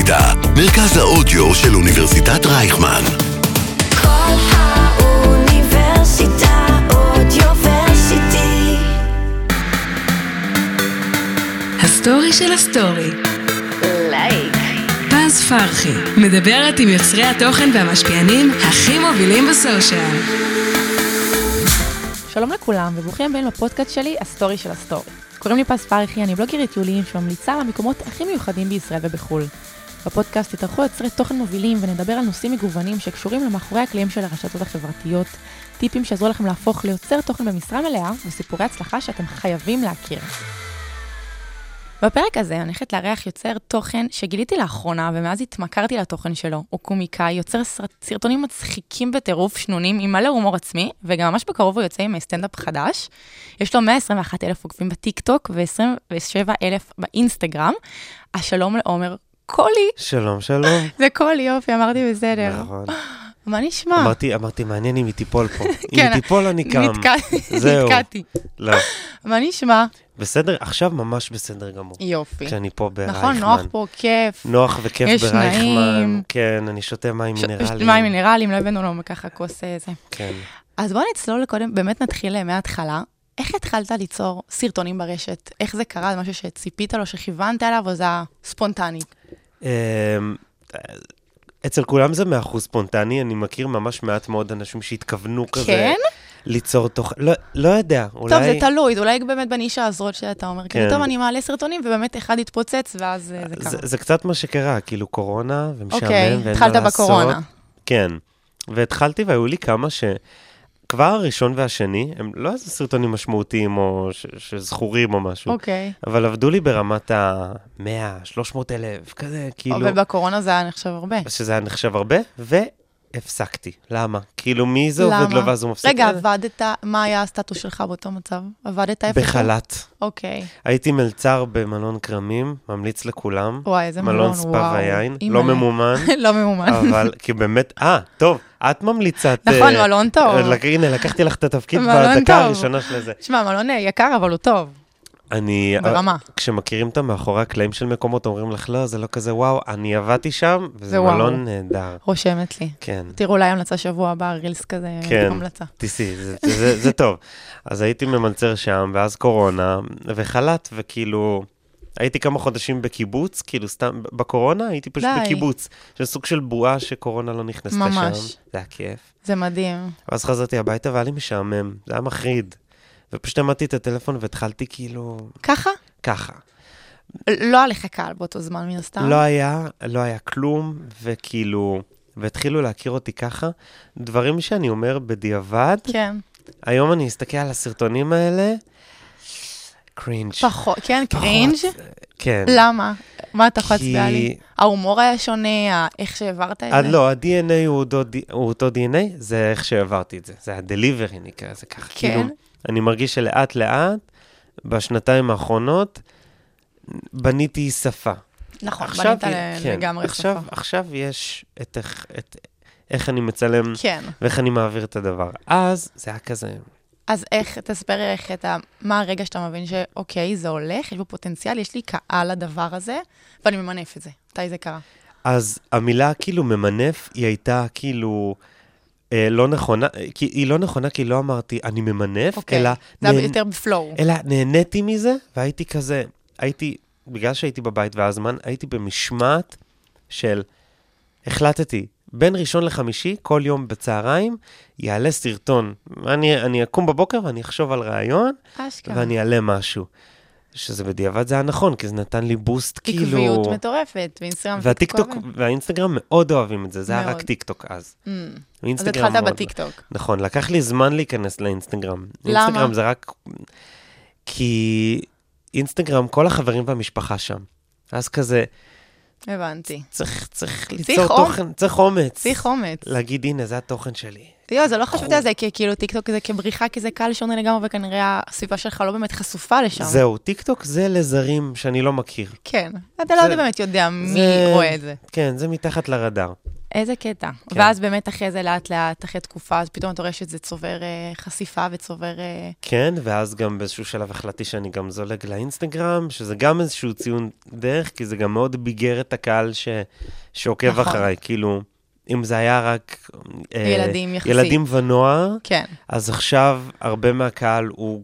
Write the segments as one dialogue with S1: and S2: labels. S1: ידע, מרכז האודיו של אוניברסיטת רייכמן.
S2: כל האוניברסיטה אודיוורסיטי.
S3: הסטורי של הסטורי.
S2: לייק.
S3: פז פרחי, מדברת עם יוצרי התוכן והמשפיענים הכי מובילים בסושיאל.
S4: שלום לכולם, וברוכים הבאים לפודקאסט שלי, הסטורי של הסטורי. קוראים לי פז פרחי, אני בלוגרית טיולים שממליצה על המקומות הכי מיוחדים בישראל ובחו"ל. בפודקאסט יתארחו יוצרי תוכן מובילים ונדבר על נושאים מגוונים שקשורים למאחורי הקלעים של הרשתות החברתיות, טיפים שיעזרו לכם להפוך ליוצר תוכן במשרה מלאה וסיפורי הצלחה שאתם חייבים להכיר. בפרק הזה אני הולכת לארח יוצר תוכן שגיליתי לאחרונה ומאז התמכרתי לתוכן שלו. הוא קומיקאי, יוצר סרט, סרטונים מצחיקים בטירוף, שנונים, עם מלא הומור עצמי, וגם ממש בקרוב הוא יוצא עם סטנדאפ חדש. יש לו 121 אלף עוקבים בטיקטוק ו-27 אלף באינסטגרם. השלום לעומר קולי.
S5: שלום, שלום.
S4: זה קולי, יופי, אמרתי בסדר.
S5: נכון.
S4: מה נשמע?
S5: אמרתי, אמרתי, מעניין אם היא תיפול פה. אם
S4: כן,
S5: היא תיפול, אני קם.
S4: נתקע-
S5: זהו.
S4: נתקעתי.
S5: לא,
S4: מה נשמע?
S5: בסדר, עכשיו ממש בסדר גמור.
S4: יופי.
S5: כשאני פה ברייכמן.
S4: נכון, נוח פה, כיף.
S5: נוח וכיף
S4: יש נעים.
S5: ברייכמן. כן, אני שותה מים
S4: ש-
S5: מינרליים.
S4: מים מינרלים, לא הבאנו לו ככה כוס אה, זה.
S5: כן.
S4: אז בואו נצלול קודם, באמת נתחיל אה, מההתחלה. איך התחלת ליצור סרטונים ברשת? איך זה קרה? זה משהו שציפית לו, שכיוונת אליו, או זה היה ספונטני?
S5: אמ, אצל כולם זה מאה אחוז ספונטני, אני מכיר ממש מעט מאוד אנשים שהתכוונו כזה.
S4: כן?
S5: ליצור תוכן, לא- לא יודע, אולי...
S4: טוב, זה תלוי, אולי באמת בנישה הזאת שאתה אומר, כן.
S5: כן.
S4: טוב, אני מעלה סרטונים, ובאמת אחד התפוצץ, ואז אה, זה קרה.
S5: זה, זה קצת מה שקרה, כאילו קורונה, ומשעמם,
S4: אוקיי,
S5: ואין מה לעשות.
S4: התחלת בקורונה.
S5: כן. והתחלתי והיו לי כמה ש... כבר הראשון והשני, הם לא איזה סרטונים משמעותיים או ש... שזכורים או משהו,
S4: אוקיי.
S5: אבל עבדו לי ברמת ה-100, 300 אלף, כזה, כאילו,
S4: אבל בקורונה זה היה נחשב הרבה.
S5: שזה היה נחשב הרבה, והפסקתי. למה? כאילו, מי זה עובד
S4: למה?
S5: לו ואז הוא מפסיק?
S4: רגע,
S5: אה,
S4: עבדת, מה היה הסטטוס שלך באותו מצב? עבדת איפה?
S5: בחל"ת.
S4: אוקיי.
S5: הייתי מלצר במלון כרמים, ממליץ לכולם.
S4: וואי, איזה מלון,
S5: מלון ספה
S4: וואו.
S5: ויין,
S4: אימא'לה.
S5: לא ממומן.
S4: לא ממומן.
S5: אבל, כי באמת, אה, טוב, את ממליצה... את,
S4: נכון,
S5: אה,
S4: מלון טוב.
S5: אה, לק- הנה, לקחתי לך את התפקיד
S4: מלון
S5: בדקה
S4: טוב.
S5: הראשונה של זה.
S4: תשמע, מלון אה, יקר, אבל הוא טוב.
S5: אני...
S4: ברמה.
S5: אה, כשמכירים את המאחורי הקלעים של מקומות, אומרים לך, לא, זה לא כזה וואו, אני עבדתי שם, וזה
S4: זה וואו.
S5: מלון נהדר.
S4: רושמת לי.
S5: כן,
S4: תראו אולי המלצה שבוע הבא, רילס כזה,
S5: כן.
S4: המלצה.
S5: תיסי, זה- זה- זה זה טוב. אז הייתי ממלצר שם, ואז קורונה, וחל"ת, וכאילו... הייתי כמה חודשים בקיבוץ, כאילו סתם, בקורונה הייתי פשוט
S4: די.
S5: בקיבוץ. זה סוג של בועה שקורונה לא נכנסה שם.
S4: ממש.
S5: זה היה כיף.
S4: זה מדהים.
S5: ואז חזרתי הביתה והיה לי משעמם, זה היה מחריד. ופשוט עמדתי את הטלפון והתחלתי כאילו
S4: ככה?
S5: ככה.
S4: לא היה לך קהל באותו זמן, מן הסתם.
S5: לא היה, לא היה כלום, וכאילו, והתחילו להכיר אותי ככה. דברים שאני אומר בדיעבד,
S4: כן,
S5: היום אני אסתכל על הסרטונים האלה, קרינג'.
S4: פחות, כן,
S5: פחות.
S4: קרינג'?
S5: כן.
S4: למה? מה אתה יכול
S5: כי-
S4: להצביע לי? ההומור היה שונה, ה- איך שהעברת את
S5: עד
S4: זה?
S5: לא, ה-DNA הוא אותו ד- הוא אותו DNA, זה איך שהעברתי את זה. זה ה-delivery נקרא לזה ככה.
S4: כן.
S5: כאילו, אני מרגיש שלאט לאט, בשנתיים האחרונות, בניתי שפה.
S4: נכון,
S5: עכשיו
S4: בנית
S5: היא-
S4: ל-
S5: כן,
S4: לגמרי
S5: עכשיו,
S4: שפה.
S5: עכשיו יש את איך, את איך אני מצלם
S4: כן.
S5: ואיך אני מעביר את הדבר. אז זה היה כזה,
S4: אז איך, תספר איך אתה, מה הרגע שאתה מבין שאוקיי, זה הולך, יש בו פוטנציאל, יש לי קהל לדבר הזה, ואני ממנף את זה. מתי זה קרה?
S5: אז המילה כאילו ממנף, היא הייתה כאילו אה, לא נכונה, אה, כי היא לא נכונה כי לא אמרתי אני ממנף,
S4: אוקיי.
S5: אלא,
S4: זה היה
S5: נהנ-
S4: יותר בפלואו.
S5: אלא נהניתי מזה, והייתי כזה, הייתי, בגלל שהייתי בבית והיה זמן, הייתי במשמעת של, החלטתי, בין ראשון לחמישי, כל יום בצהריים, יעלה סרטון. אני, אני אקום בבוקר ואני אחשוב על רעיון,
S4: אשכרה.
S5: אה, ואני אעלה משהו. שזה בדיעבד זה היה נכון, כי זה נתן לי בוסט, כאילו...
S4: עקביות מטורפת, ואינסטגרם
S5: והטיקטוק
S4: וכואבים.
S5: והאינסטגרם מאוד אוהבים את זה, זה היה
S4: מאוד.
S5: רק טיקטוק אז.
S4: Mm. אז
S5: אינסטגרם
S4: התחלת
S5: מאוד לא.
S4: בטיקטוק.
S5: נכון, לקח לי זמן להיכנס לאינסטגרם.
S4: למה?
S5: אינסטגרם זה רק... כי אינסטגרם, כל החברים והמשפחה שם. אז כזה,
S4: הבנתי.
S5: צריך, צריך
S4: צריך
S5: ליצור
S4: אומץ.
S5: תוכן, צריך אומץ.
S4: צריך אומץ.
S5: להגיד, הנה, זה התוכן שלי.
S4: לא, זה לא חשבתי על זה ככאילו טיקטוק זה כבריחה, כי זה קהל שונה לגמרי, וכנראה הסביבה שלך לא באמת חשופה לשם.
S5: זהו, טיקטוק זה לזרים שאני לא מכיר.
S4: כן. אתה לא
S5: זה-
S4: באמת יודע מי
S5: זה-
S4: רואה את זה.
S5: כן, זה מתחת לרדאר.
S4: איזה קטע.
S5: כן.
S4: ואז באמת אחרי זה לאט-לאט, אחרי תקופה, אז פתאום אתה רואה שזה צובר אה, חשיפה וצובר... אה,
S5: כן, ואז גם באיזשהו שלב החלטתי שאני גם זולג לאינסטגרם, שזה גם איזשהו ציון דרך, כי זה גם מאוד ביגר את הקהל ש... שעוקב
S4: נכון.
S5: נכון. אחריי. כאילו, אם זה היה רק... אה,
S4: ילדים יחסית.
S5: ילדים ונוער,
S4: כן.
S5: אז עכשיו הרבה מהקהל הוא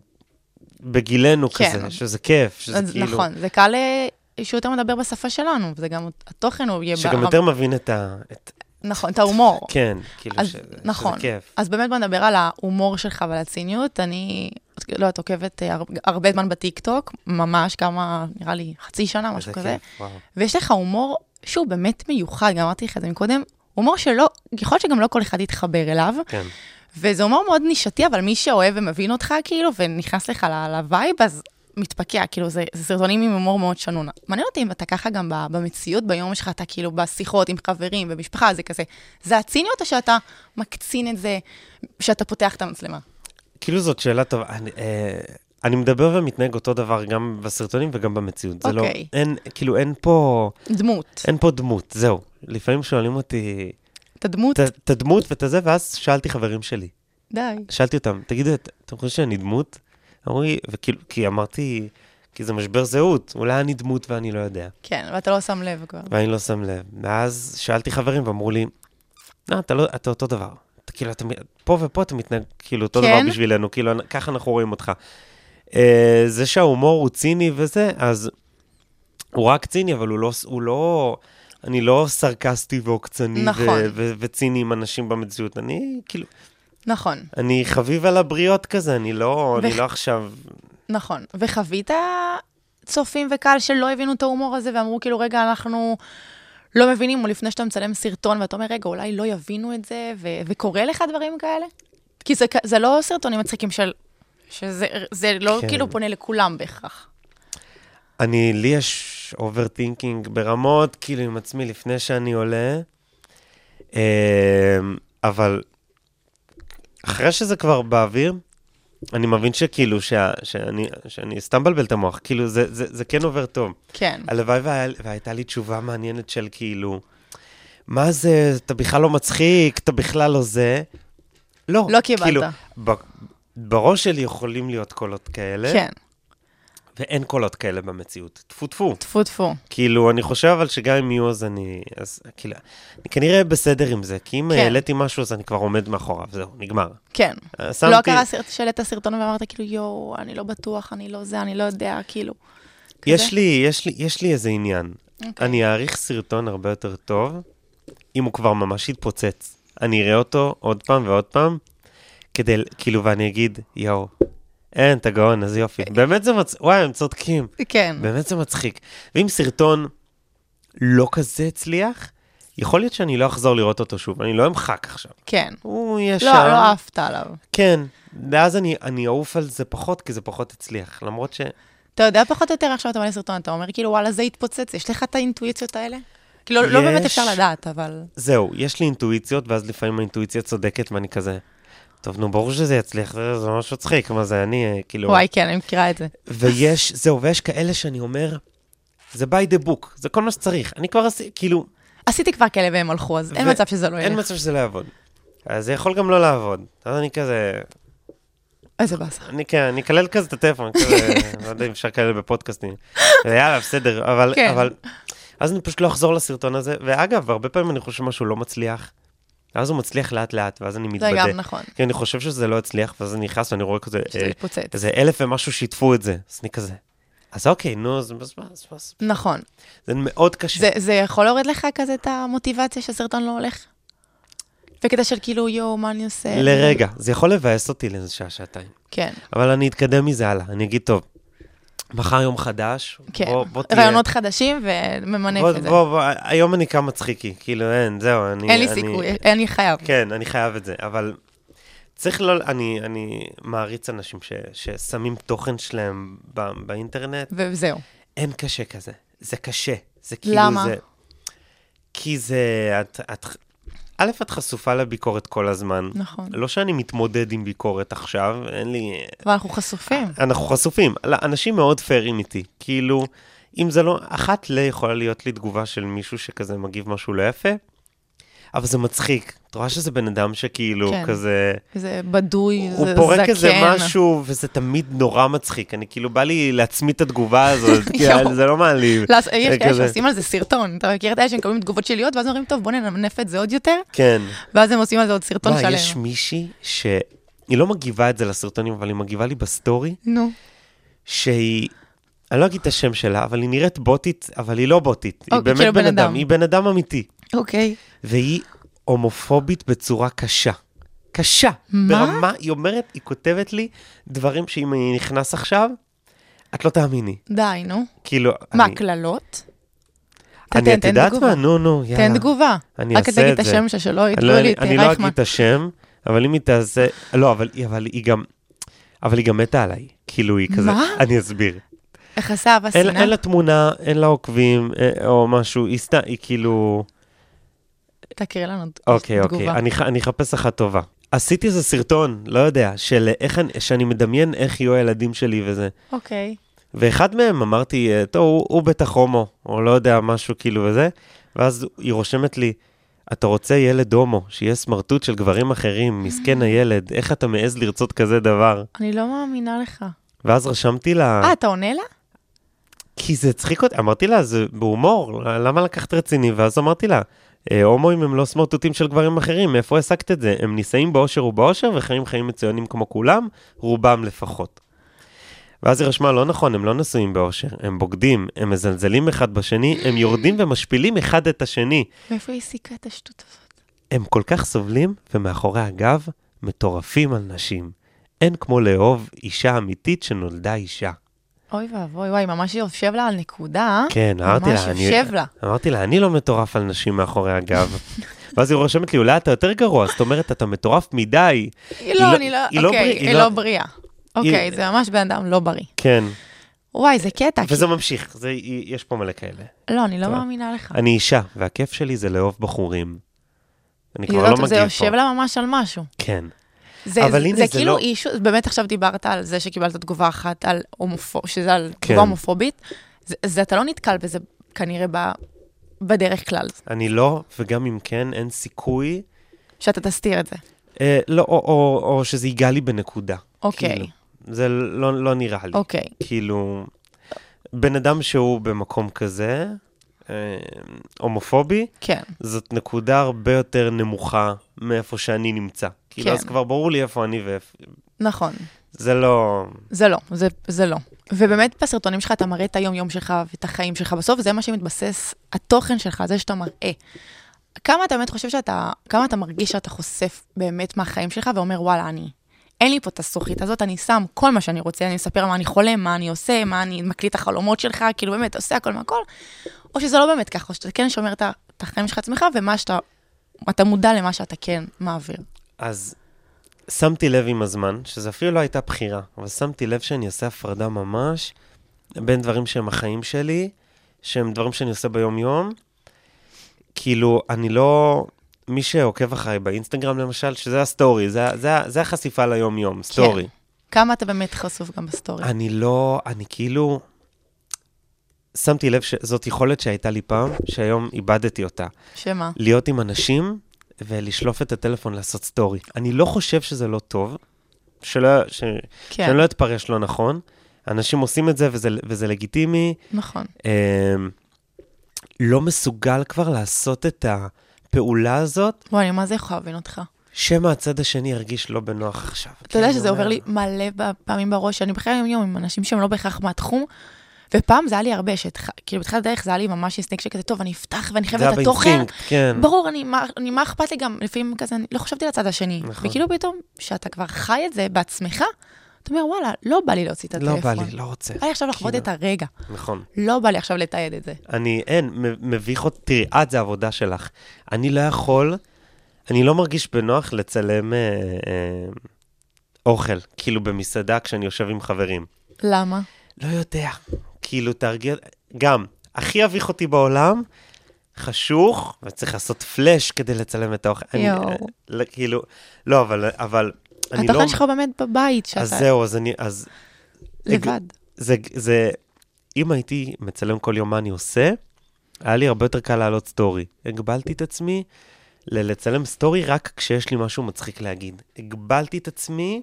S5: בגילנו
S4: כן.
S5: כן. כזה, שזה כיף, שזה
S4: אז
S5: כאילו...
S4: נכון, זה קל אה, שהוא יותר מדבר בשפה שלנו, וזה גם התוכן הוא יהיה...
S5: שגם
S4: ברמה-
S5: יותר מבין את ה... את...
S4: נכון, את ההומור.
S5: כן, כאילו,
S4: אז
S5: ש...
S4: נכון.
S5: שזה כיף.
S4: אז באמת בוא נדבר על ההומור שלך ועל הציניות. אני, לא, את עוקבת אה, הר- הרבה זמן בטיקטוק, ממש כמה, נראה לי חצי שנה, משהו
S5: איזה
S4: כזה.
S5: כיף, וואו.
S4: ויש לך הומור שהוא באמת מיוחד, גם אמרתי לך את זה מקודם, הומור שלא, יכול להיות שגם לא כל אחד יתחבר אליו,
S5: כן.
S4: וזה הומור מאוד נישתי, אבל מי שאוהב ומבין אותך, כאילו, ונכנס לך ל- לווייב, אז מתפקע, כאילו, זה, זה סרטונים עם הומור מאוד שנון. מעניין אותי אם אתה ככה גם ב- במציאות, ביום שלך, אתה כאילו בשיחות עם חברים, במשפחה, זה כזה. זה הציניות או שאתה מקצין את זה, שאתה פותח את המצלמה?
S5: כאילו זאת שאלה טובה. אני, אה, אני מדבר ומתנהג אותו דבר גם בסרטונים וגם במציאות. זה לא...
S4: אוקיי.
S5: אין, כאילו, אין פה,
S4: דמות.
S5: אין פה דמות, זהו. לפעמים שואלים אותי
S4: אתה דמות?
S5: את- את הדמות ואת הזה, ואז שאלתי חברים שלי.
S4: די.
S5: שאלתי אותם, תגידו, את- אתם חושבים שאני דמות? אמרו לי, וכאילו, כי אמרתי, כי זה משבר זהות, אולי אני דמות ואני לא יודע.
S4: כן, ואתה לא שם לב כבר.
S5: ואני לא שם לב. ואז שאלתי חברים ואמרו לי, לא, אתה לא, אתה אותו דבר. אתה כאילו, אתה, מ- פה ופה אתה מתנהג כאילו אותו
S4: כן?
S5: דבר בשבילנו, כאילו, אנ- ככה אנחנו רואים אותך. אה, זה שההומור הוא ציני וזה, אז הוא רק ציני, אבל הוא לא, ס- הוא לא, אני לא סרקסטי ועוקצני
S4: נכון.
S5: ו- ו- וציני עם אנשים במציאות. אני כאילו,
S4: נכון,
S5: אני חביב על הבריות כזה, אני לא,
S4: וח-
S5: אני לא עכשיו...
S4: נכון. וחווית צופים וקהל שלא הבינו את ההומור הזה, ואמרו כאילו, רגע, אנחנו לא מבינים, או לפני שאתה מצלם סרטון, ואתה אומר, רגע, אולי לא יבינו את זה, ו- וקורה לך דברים כאלה? כי זה, כ- זה לא סרטונים מצחיקים של... שזה זה לא
S5: כן.
S4: כאילו פונה לכולם בהכרח.
S5: אני, לי יש אוברטינקינג ברמות, כאילו, עם עצמי לפני שאני עולה, אמ, אבל אחרי שזה כבר באוויר, אני מבין שכאילו, שה, שאני, שאני סתם מבלבל את המוח, כאילו, זה, זה, זה כן עובר טוב.
S4: כן.
S5: הלוואי והיה, והייתה לי תשובה מעניינת של כאילו, מה זה, אתה בכלל לא מצחיק, אתה בכלל לא זה. לא,
S4: לא קיבלת.
S5: כאילו, ב, בראש שלי יכולים להיות קולות כאלה.
S4: כן,
S5: ואין קולות כאלה במציאות. טפו טפו.
S4: טפו טפו.
S5: כאילו, אני חושב אבל שגם אם יהיו, אז אני... אז כאילו, אני כנראה בסדר עם זה, כי אם
S4: כן.
S5: העליתי משהו, אז אני כבר עומד מאחוריו, זהו, נגמר.
S4: כן.
S5: אה, שמתי...
S4: לא קרה סרט שהעלית סרטון ואמרת כאילו, יואו, אני לא בטוח, אני לא זה, אני לא יודע, כאילו.
S5: יש
S4: כזה?
S5: לי, יש לי, יש לי איזה עניין.
S4: אוקיי.
S5: אני אעריך סרטון הרבה יותר טוב, אם הוא כבר ממש יתפוצץ. אני אראה אותו עוד פעם ועוד פעם, כדי, כאילו, ואני אגיד, יואו, אין, אתה גאון, איזה יופי.
S4: אה,
S5: באמת זה מצ... וואי, הם צודקים.
S4: כן.
S5: באמת זה מצחיק. ואם סרטון לא כזה הצליח, יכול להיות שאני לא אחזור לראות אותו שוב, אני לא אמחק עכשיו.
S4: כן.
S5: הוא יהיה שם.
S4: לא, לא עפת עליו.
S5: כן, ואז אני, אני אעוף על זה פחות, כי זה פחות הצליח. למרות ש...
S4: אתה יודע פחות או יותר עכשיו אתה מעלה סרטון, אתה אומר כאילו, וואלה, זה התפוצץ, יש לך את האינטואיציות האלה? כאילו, לא
S5: יש.
S4: באמת אפשר לדעת, אבל...
S5: זהו, יש לי אינטואיציות, ואז לפעמים האינטואיציה צודקת, ואני כזה... טוב, נו, ברור שזה יצליח, זה, זה ממש מצחיק, מה זה, אני, אה, כאילו...
S4: וואי, כן, אני מכירה את זה.
S5: ויש, זהו, ויש כאלה שאני אומר, זה by the book, זה כל מה שצריך. אני כבר עשיתי, כאילו,
S4: עשיתי כבר כאלה והם הלכו, אז אין
S5: ו-
S4: מצב שזה לא
S5: אין
S4: ילך.
S5: מצב שזה לא יעבוד. אז זה יכול גם לא לעבוד. אז אני כזה,
S4: איזה באסה.
S5: אני כן, אני אקלל כזה את הטלפון, כזה, לא יודע אם אפשר לקלל בפודקאסטים. יאללה, בסדר, אבל,
S4: כן.
S5: אבל... אז אני פשוט לא אחזור לסרטון הזה, ואגב, הרבה פעמים אני חושב שמשהו לא מצליח, ואז הוא מצליח לאט-לאט, ואז אני
S4: זה
S5: מתבדה.
S4: גם נכון,
S5: כי אני חושב שזה לא הצליח, ואז אני נכנס ואני רואה כזה,
S4: שזה
S5: אה,
S4: התפוצץ.
S5: איזה אלף ומשהו שיתפו את זה, אז אני כזה. אז אוקיי, נו, אז אז מה, אז מה, אז-
S4: נכון.
S5: זה מאוד קשה.
S4: זה- זה יכול להוריד לך כזה את המוטיבציה שהסרטון לא הולך? בקטע של כאילו, יואו, מה אני עושה?
S5: לרגע, זה יכול לבאס אותי לאיזה שעה-שעתיים.
S4: כן,
S5: אבל אני אתקדם מזה הלאה, אני אגיד, טוב, מחר יום חדש,
S4: כן.
S5: בוא, בוא תהיה...
S4: רעיונות חדשים וממנף
S5: בוא,
S4: את זה.
S5: בוא, בוא, היום אני קם מצחיקי, כאילו אין, זהו, אני...
S4: אין לי
S5: אני-
S4: סיכוי, אני חייב.
S5: כן, אני חייב את זה, אבל צריך לא... אני, אני מעריץ אנשים ש, ששמים תוכן שלהם ב, באינטרנט,
S4: וזהו.
S5: אין קשה כזה, זה קשה, זה כאילו
S4: למה?
S5: זה... כי זה... את, את, א', את חשופה לביקורת כל הזמן.
S4: נכון.
S5: לא שאני מתמודד עם ביקורת עכשיו, אין לי...
S4: אבל אנחנו חשופים.
S5: אנחנו חשופים. לא, אנשים מאוד פיירים איתי. כאילו, אם זה לא... אחת ל יכולה להיות לי תגובה של מישהו שכזה מגיב משהו לא יפה, אבל זה מצחיק. את רואה שזה בן אדם שכאילו
S4: כן.
S5: כזה...
S4: זה בדוי, זה
S5: הוא
S4: זקן.
S5: פורק איזה משהו, וזה תמיד נורא מצחיק. אני כאילו, בא לי להצמיד את התגובה הזאת, כאילו,
S4: יואו.
S5: זה לא מעליב.
S4: לא, אז יש כאלה
S5: כזה.
S4: שעושים על זה סרטון, אתה מכיר את אלה שהם מקבלים תגובות שליליות, ואז אומרים, טוב, בוא ננפנף את זה עוד יותר,
S5: כן.
S4: ואז הם עושים על זה עוד סרטון
S5: וואי, יש
S4: שלם.
S5: מישהי שהיא לא מגיבה את זה לסרטונים, אבל היא מגיבה לי בסטורי,
S4: נו,
S5: שהיא... אני לא אגיד את השם שלה, אבל היא נראית בוטית, אבל היא לא בוטית. היא
S4: אוקיי,
S5: באמת
S4: כאילו
S5: בן
S4: בן
S5: אדם,
S4: אדם.
S5: היא בן אדם אמיתי.
S4: אוקיי.
S5: והיא הומופובית בצורה קשה. קשה.
S4: מה?
S5: ברמה, היא אומרת, היא כותבת לי דברים שאם אני נכנס עכשיו, את לא תאמיני.
S4: די, נו.
S5: כאילו,
S4: מה,
S5: אני,
S4: קללות?
S5: אני,
S4: תן-
S5: את
S4: תן
S5: יודעת
S4: תגובה.
S5: מה? נו, נו, יאללה.
S4: תן תגובה.
S5: אני
S4: רק
S5: אעשה
S4: תגיד
S5: את
S4: את
S5: זה.
S4: השם שלא
S5: אני לא-
S4: יתנו לי את
S5: אני לא אגיד
S4: רייכמן.
S5: את השם, אבל אם היא תעשה... לא, אבל, אבל היא גם... אבל היא גם מתה עליי. כאילו, היא כזה...
S4: מה?
S5: אני אסביר.
S4: איך עשה אבא
S5: אין, אין
S4: שנאה?
S5: לה תמונה, אין לה עוקבים, אה, או משהו, היא סתם, היא כאילו...
S4: תקריא לנו ת-
S5: אוקיי, אוקיי,
S4: תגובה.
S5: אני, ח- אני אחפש אחת טובה. עשיתי איזה סרטון, לא יודע, של איך אני, שאני מדמיין איך יהיו הילדים שלי וזה.
S4: אוקיי.
S5: ואחד מהם אמרתי, אה, טוב, הוא, הוא בטח הומו, או לא יודע, משהו כאילו וזה, ואז היא רושמת לי, אתה רוצה ילד הומו, שיהיה סמרטוט של גברים אחרים, מסכן
S4: אה.
S5: הילד, איך אתה מעז לרצות כזה דבר?
S4: אני לא מאמינה לך.
S5: ואז רשמתי לה,
S4: אה, אתה עונה לה?
S5: כי זה הצחיק אותי, אמרתי לה, זה בהומור, למה לקחת רציני? ואז אמרתי לה, "אה, הומואים הם לא סמרטוטים של גברים אחרים, מאיפה הסקת את זה? הם נישאים באושר ובאושר וחיים חיים מצוינים כמו כולם, רובם לפחות. ואז היא רשמה, לא נכון, הם לא נשואים באושר, הם בוגדים, הם מזלזלים אחד בשני, הם יורדים ומשפילים אחד את השני.
S4: מאיפה היא הסיקה את השטות הזאת?
S5: הם כל כך סובלים, ומאחורי הגב, מטורפים על נשים. אין כמו לאהוב אישה אמיתית שנולדה אישה.
S4: אוי ואבוי, וואי, ממש יושב לה על נקודה. אה?
S5: כן, אמרתי לה,
S4: ממש
S5: אני...
S4: יושב לה.
S5: אמרתי לה, אני לא מטורף על נשים מאחורי הגב. ואז היא רושמת לי, אולי אתה יותר גרוע, זאת אומרת, אתה מטורף מדי.
S4: היא לא, אני לא,
S5: היא לא
S4: אוקיי,
S5: בריא- היא
S4: היא
S5: לא-
S4: לא בריאה. אוקיי, זה ממש בן אדם לא בריא.
S5: כן,
S4: וואי, זה קטע. כי-
S5: וזה ממשיך, זה, יש פה מלא כאלה.
S4: לא, אני לא
S5: טוב.
S4: מאמינה לך.
S5: אני אישה, והכיף שלי זה לאהוב בחורים. אני
S4: היא
S5: כבר לא
S4: יודעת, זה
S5: מגיב פה.
S4: יושב לה ממש על משהו.
S5: כן.
S4: זה,
S5: אבל
S4: זה,
S5: הנה,
S4: זה,
S5: זה
S4: כאילו
S5: לא-
S4: אישו, באמת עכשיו דיברת על זה שקיבלת תגובה אחת על הומופו, שזה על
S5: כן.
S4: תגובה הומופובית, זה, זה אתה לא נתקל בזה כנראה ב, בדרך כלל,
S5: אני לא, וגם אם כן, אין סיכוי,
S4: שאתה תסתיר את זה.
S5: אה, לא, או, או, או שזה ייגע לי בנקודה.
S4: אוקיי.
S5: כאילו, זה לא, לא נראה לי.
S4: אוקיי,
S5: כאילו, בן אדם שהוא במקום כזה, אה, הומופובי,
S4: כן,
S5: זאת נקודה הרבה יותר נמוכה מאיפה שאני נמצא. כאילו,
S4: כן.
S5: אז כבר ברור לי איפה אני ואיפה...
S4: נכון,
S5: זה לא...
S4: זה לא, זה, זה לא. ובאמת בסרטונים שלך אתה מראה את היום-יום שלך ואת החיים שלך, בסוף זה מה שמתבסס, התוכן שלך, זה שאתה מראה. כמה אתה באמת חושב שאתה, כמה אתה מרגיש שאתה חושף באמת מהחיים שלך ואומר, וואלה, אני, אין לי פה את הזכוכית הזאת, אני שם כל מה שאני רוצה, אני מספר על מה אני חולם, מה אני עושה, מה אני מקליט את החלומות שלך, כאילו באמת, עושה הכל מהכל, או שזה לא באמת ככה, או שאתה כן שומר את ה- את החיים שלך עצמך, ומה שאתה, אתה מודע למה שאתה כן מעביר.
S5: אז שמתי לב עם הזמן, שזה אפילו לא הייתה בחירה, אבל שמתי לב שאני עושה הפרדה ממש בין דברים שהם החיים שלי, שהם דברים שאני עושה ביום-יום. כאילו, אני לא... מי שעוקב אחריי באינסטגרם למשל, שזה הסטורי, זה, זה, זה החשיפה ליום-יום, סטורי.
S4: כמה אתה באמת חשוף גם בסטורי.
S5: אני לא, אני כאילו... שמתי לב שזאת יכולת שהייתה לי פעם, שהיום איבדתי אותה.
S4: שמה?
S5: להיות עם אנשים ולשלוף את הטלפון לעשות סטורי. אני לא חושב שזה לא טוב, שלא, ש... כן.
S4: כן,
S5: שאני לא אתפרש לא נכון. אנשים עושים את זה וזה, וזה לגיטימי.
S4: נכון.
S5: אמ, לא מסוגל כבר לעשות את הפעולה הזאת,
S4: וואי, אני מה זה יכולה להבין אותך?
S5: שמא הצד השני ירגיש לא בנוח עכשיו.
S4: אתה יודע
S5: כן,
S4: שזה
S5: אני
S4: עובר
S5: אומר,
S4: לי מלא ב- פעמים בראש, שאני בחיי היום-יום עם אנשים שהם לא בהכרח מהתחום, ופעם זה היה לי הרבה, שהתח- כאילו בתחילת הדרך זה היה לי ממש אינסטינקט שכזה, טוב, אני אפתח ואני
S5: זה
S4: חייבת
S5: היה
S4: את התוכן.
S5: באינסטינקט, כן.
S4: ברור, אני, מה, אני, מה אכפת לי גם, לפעמים כזה, אני לא חשבתי לצד השני.
S5: נכון.
S4: וכאילו פתאום, שאתה כבר חי את זה בעצמך, אתה אומר, וואלה, לא בא לי להוציא את
S5: לא
S4: הטלפון.
S5: בא לי, לא רוצה.
S4: בא לי עכשיו לחוות את
S5: כאילו,
S4: הרגע.
S5: נכון.
S4: לא בא לי עכשיו לתעד את זה.
S5: אני, אין, מ- מביך אותי, תראי, את זה העבודה שלך. אני לא יכול, אני לא מרגיש בנוח לצלם אה, אה, אוכל, כאילו במסעדה כשאני יושב עם חברים.
S4: למה?
S5: לא יודע. כאילו, תרגיע, גם, הכי אביך אותי בעולם, חשוך, וצריך לעשות פלאש כדי לצלם את האוכל. אני,
S4: יואו.
S5: אה, לא, כאילו, לא, אבל, אבל, אני לא...
S4: התוכן שלך באמת בבית,
S5: אז
S4: שאתה
S5: זהו, אז אני, אז
S4: לבד.
S5: זה, זה, אם הייתי מצלם כל יום מה אני עושה, היה לי הרבה יותר קל לעלות סטורי. הגבלתי את עצמי ל- לצלם סטורי רק כשיש לי משהו מצחיק להגיד. הגבלתי את עצמי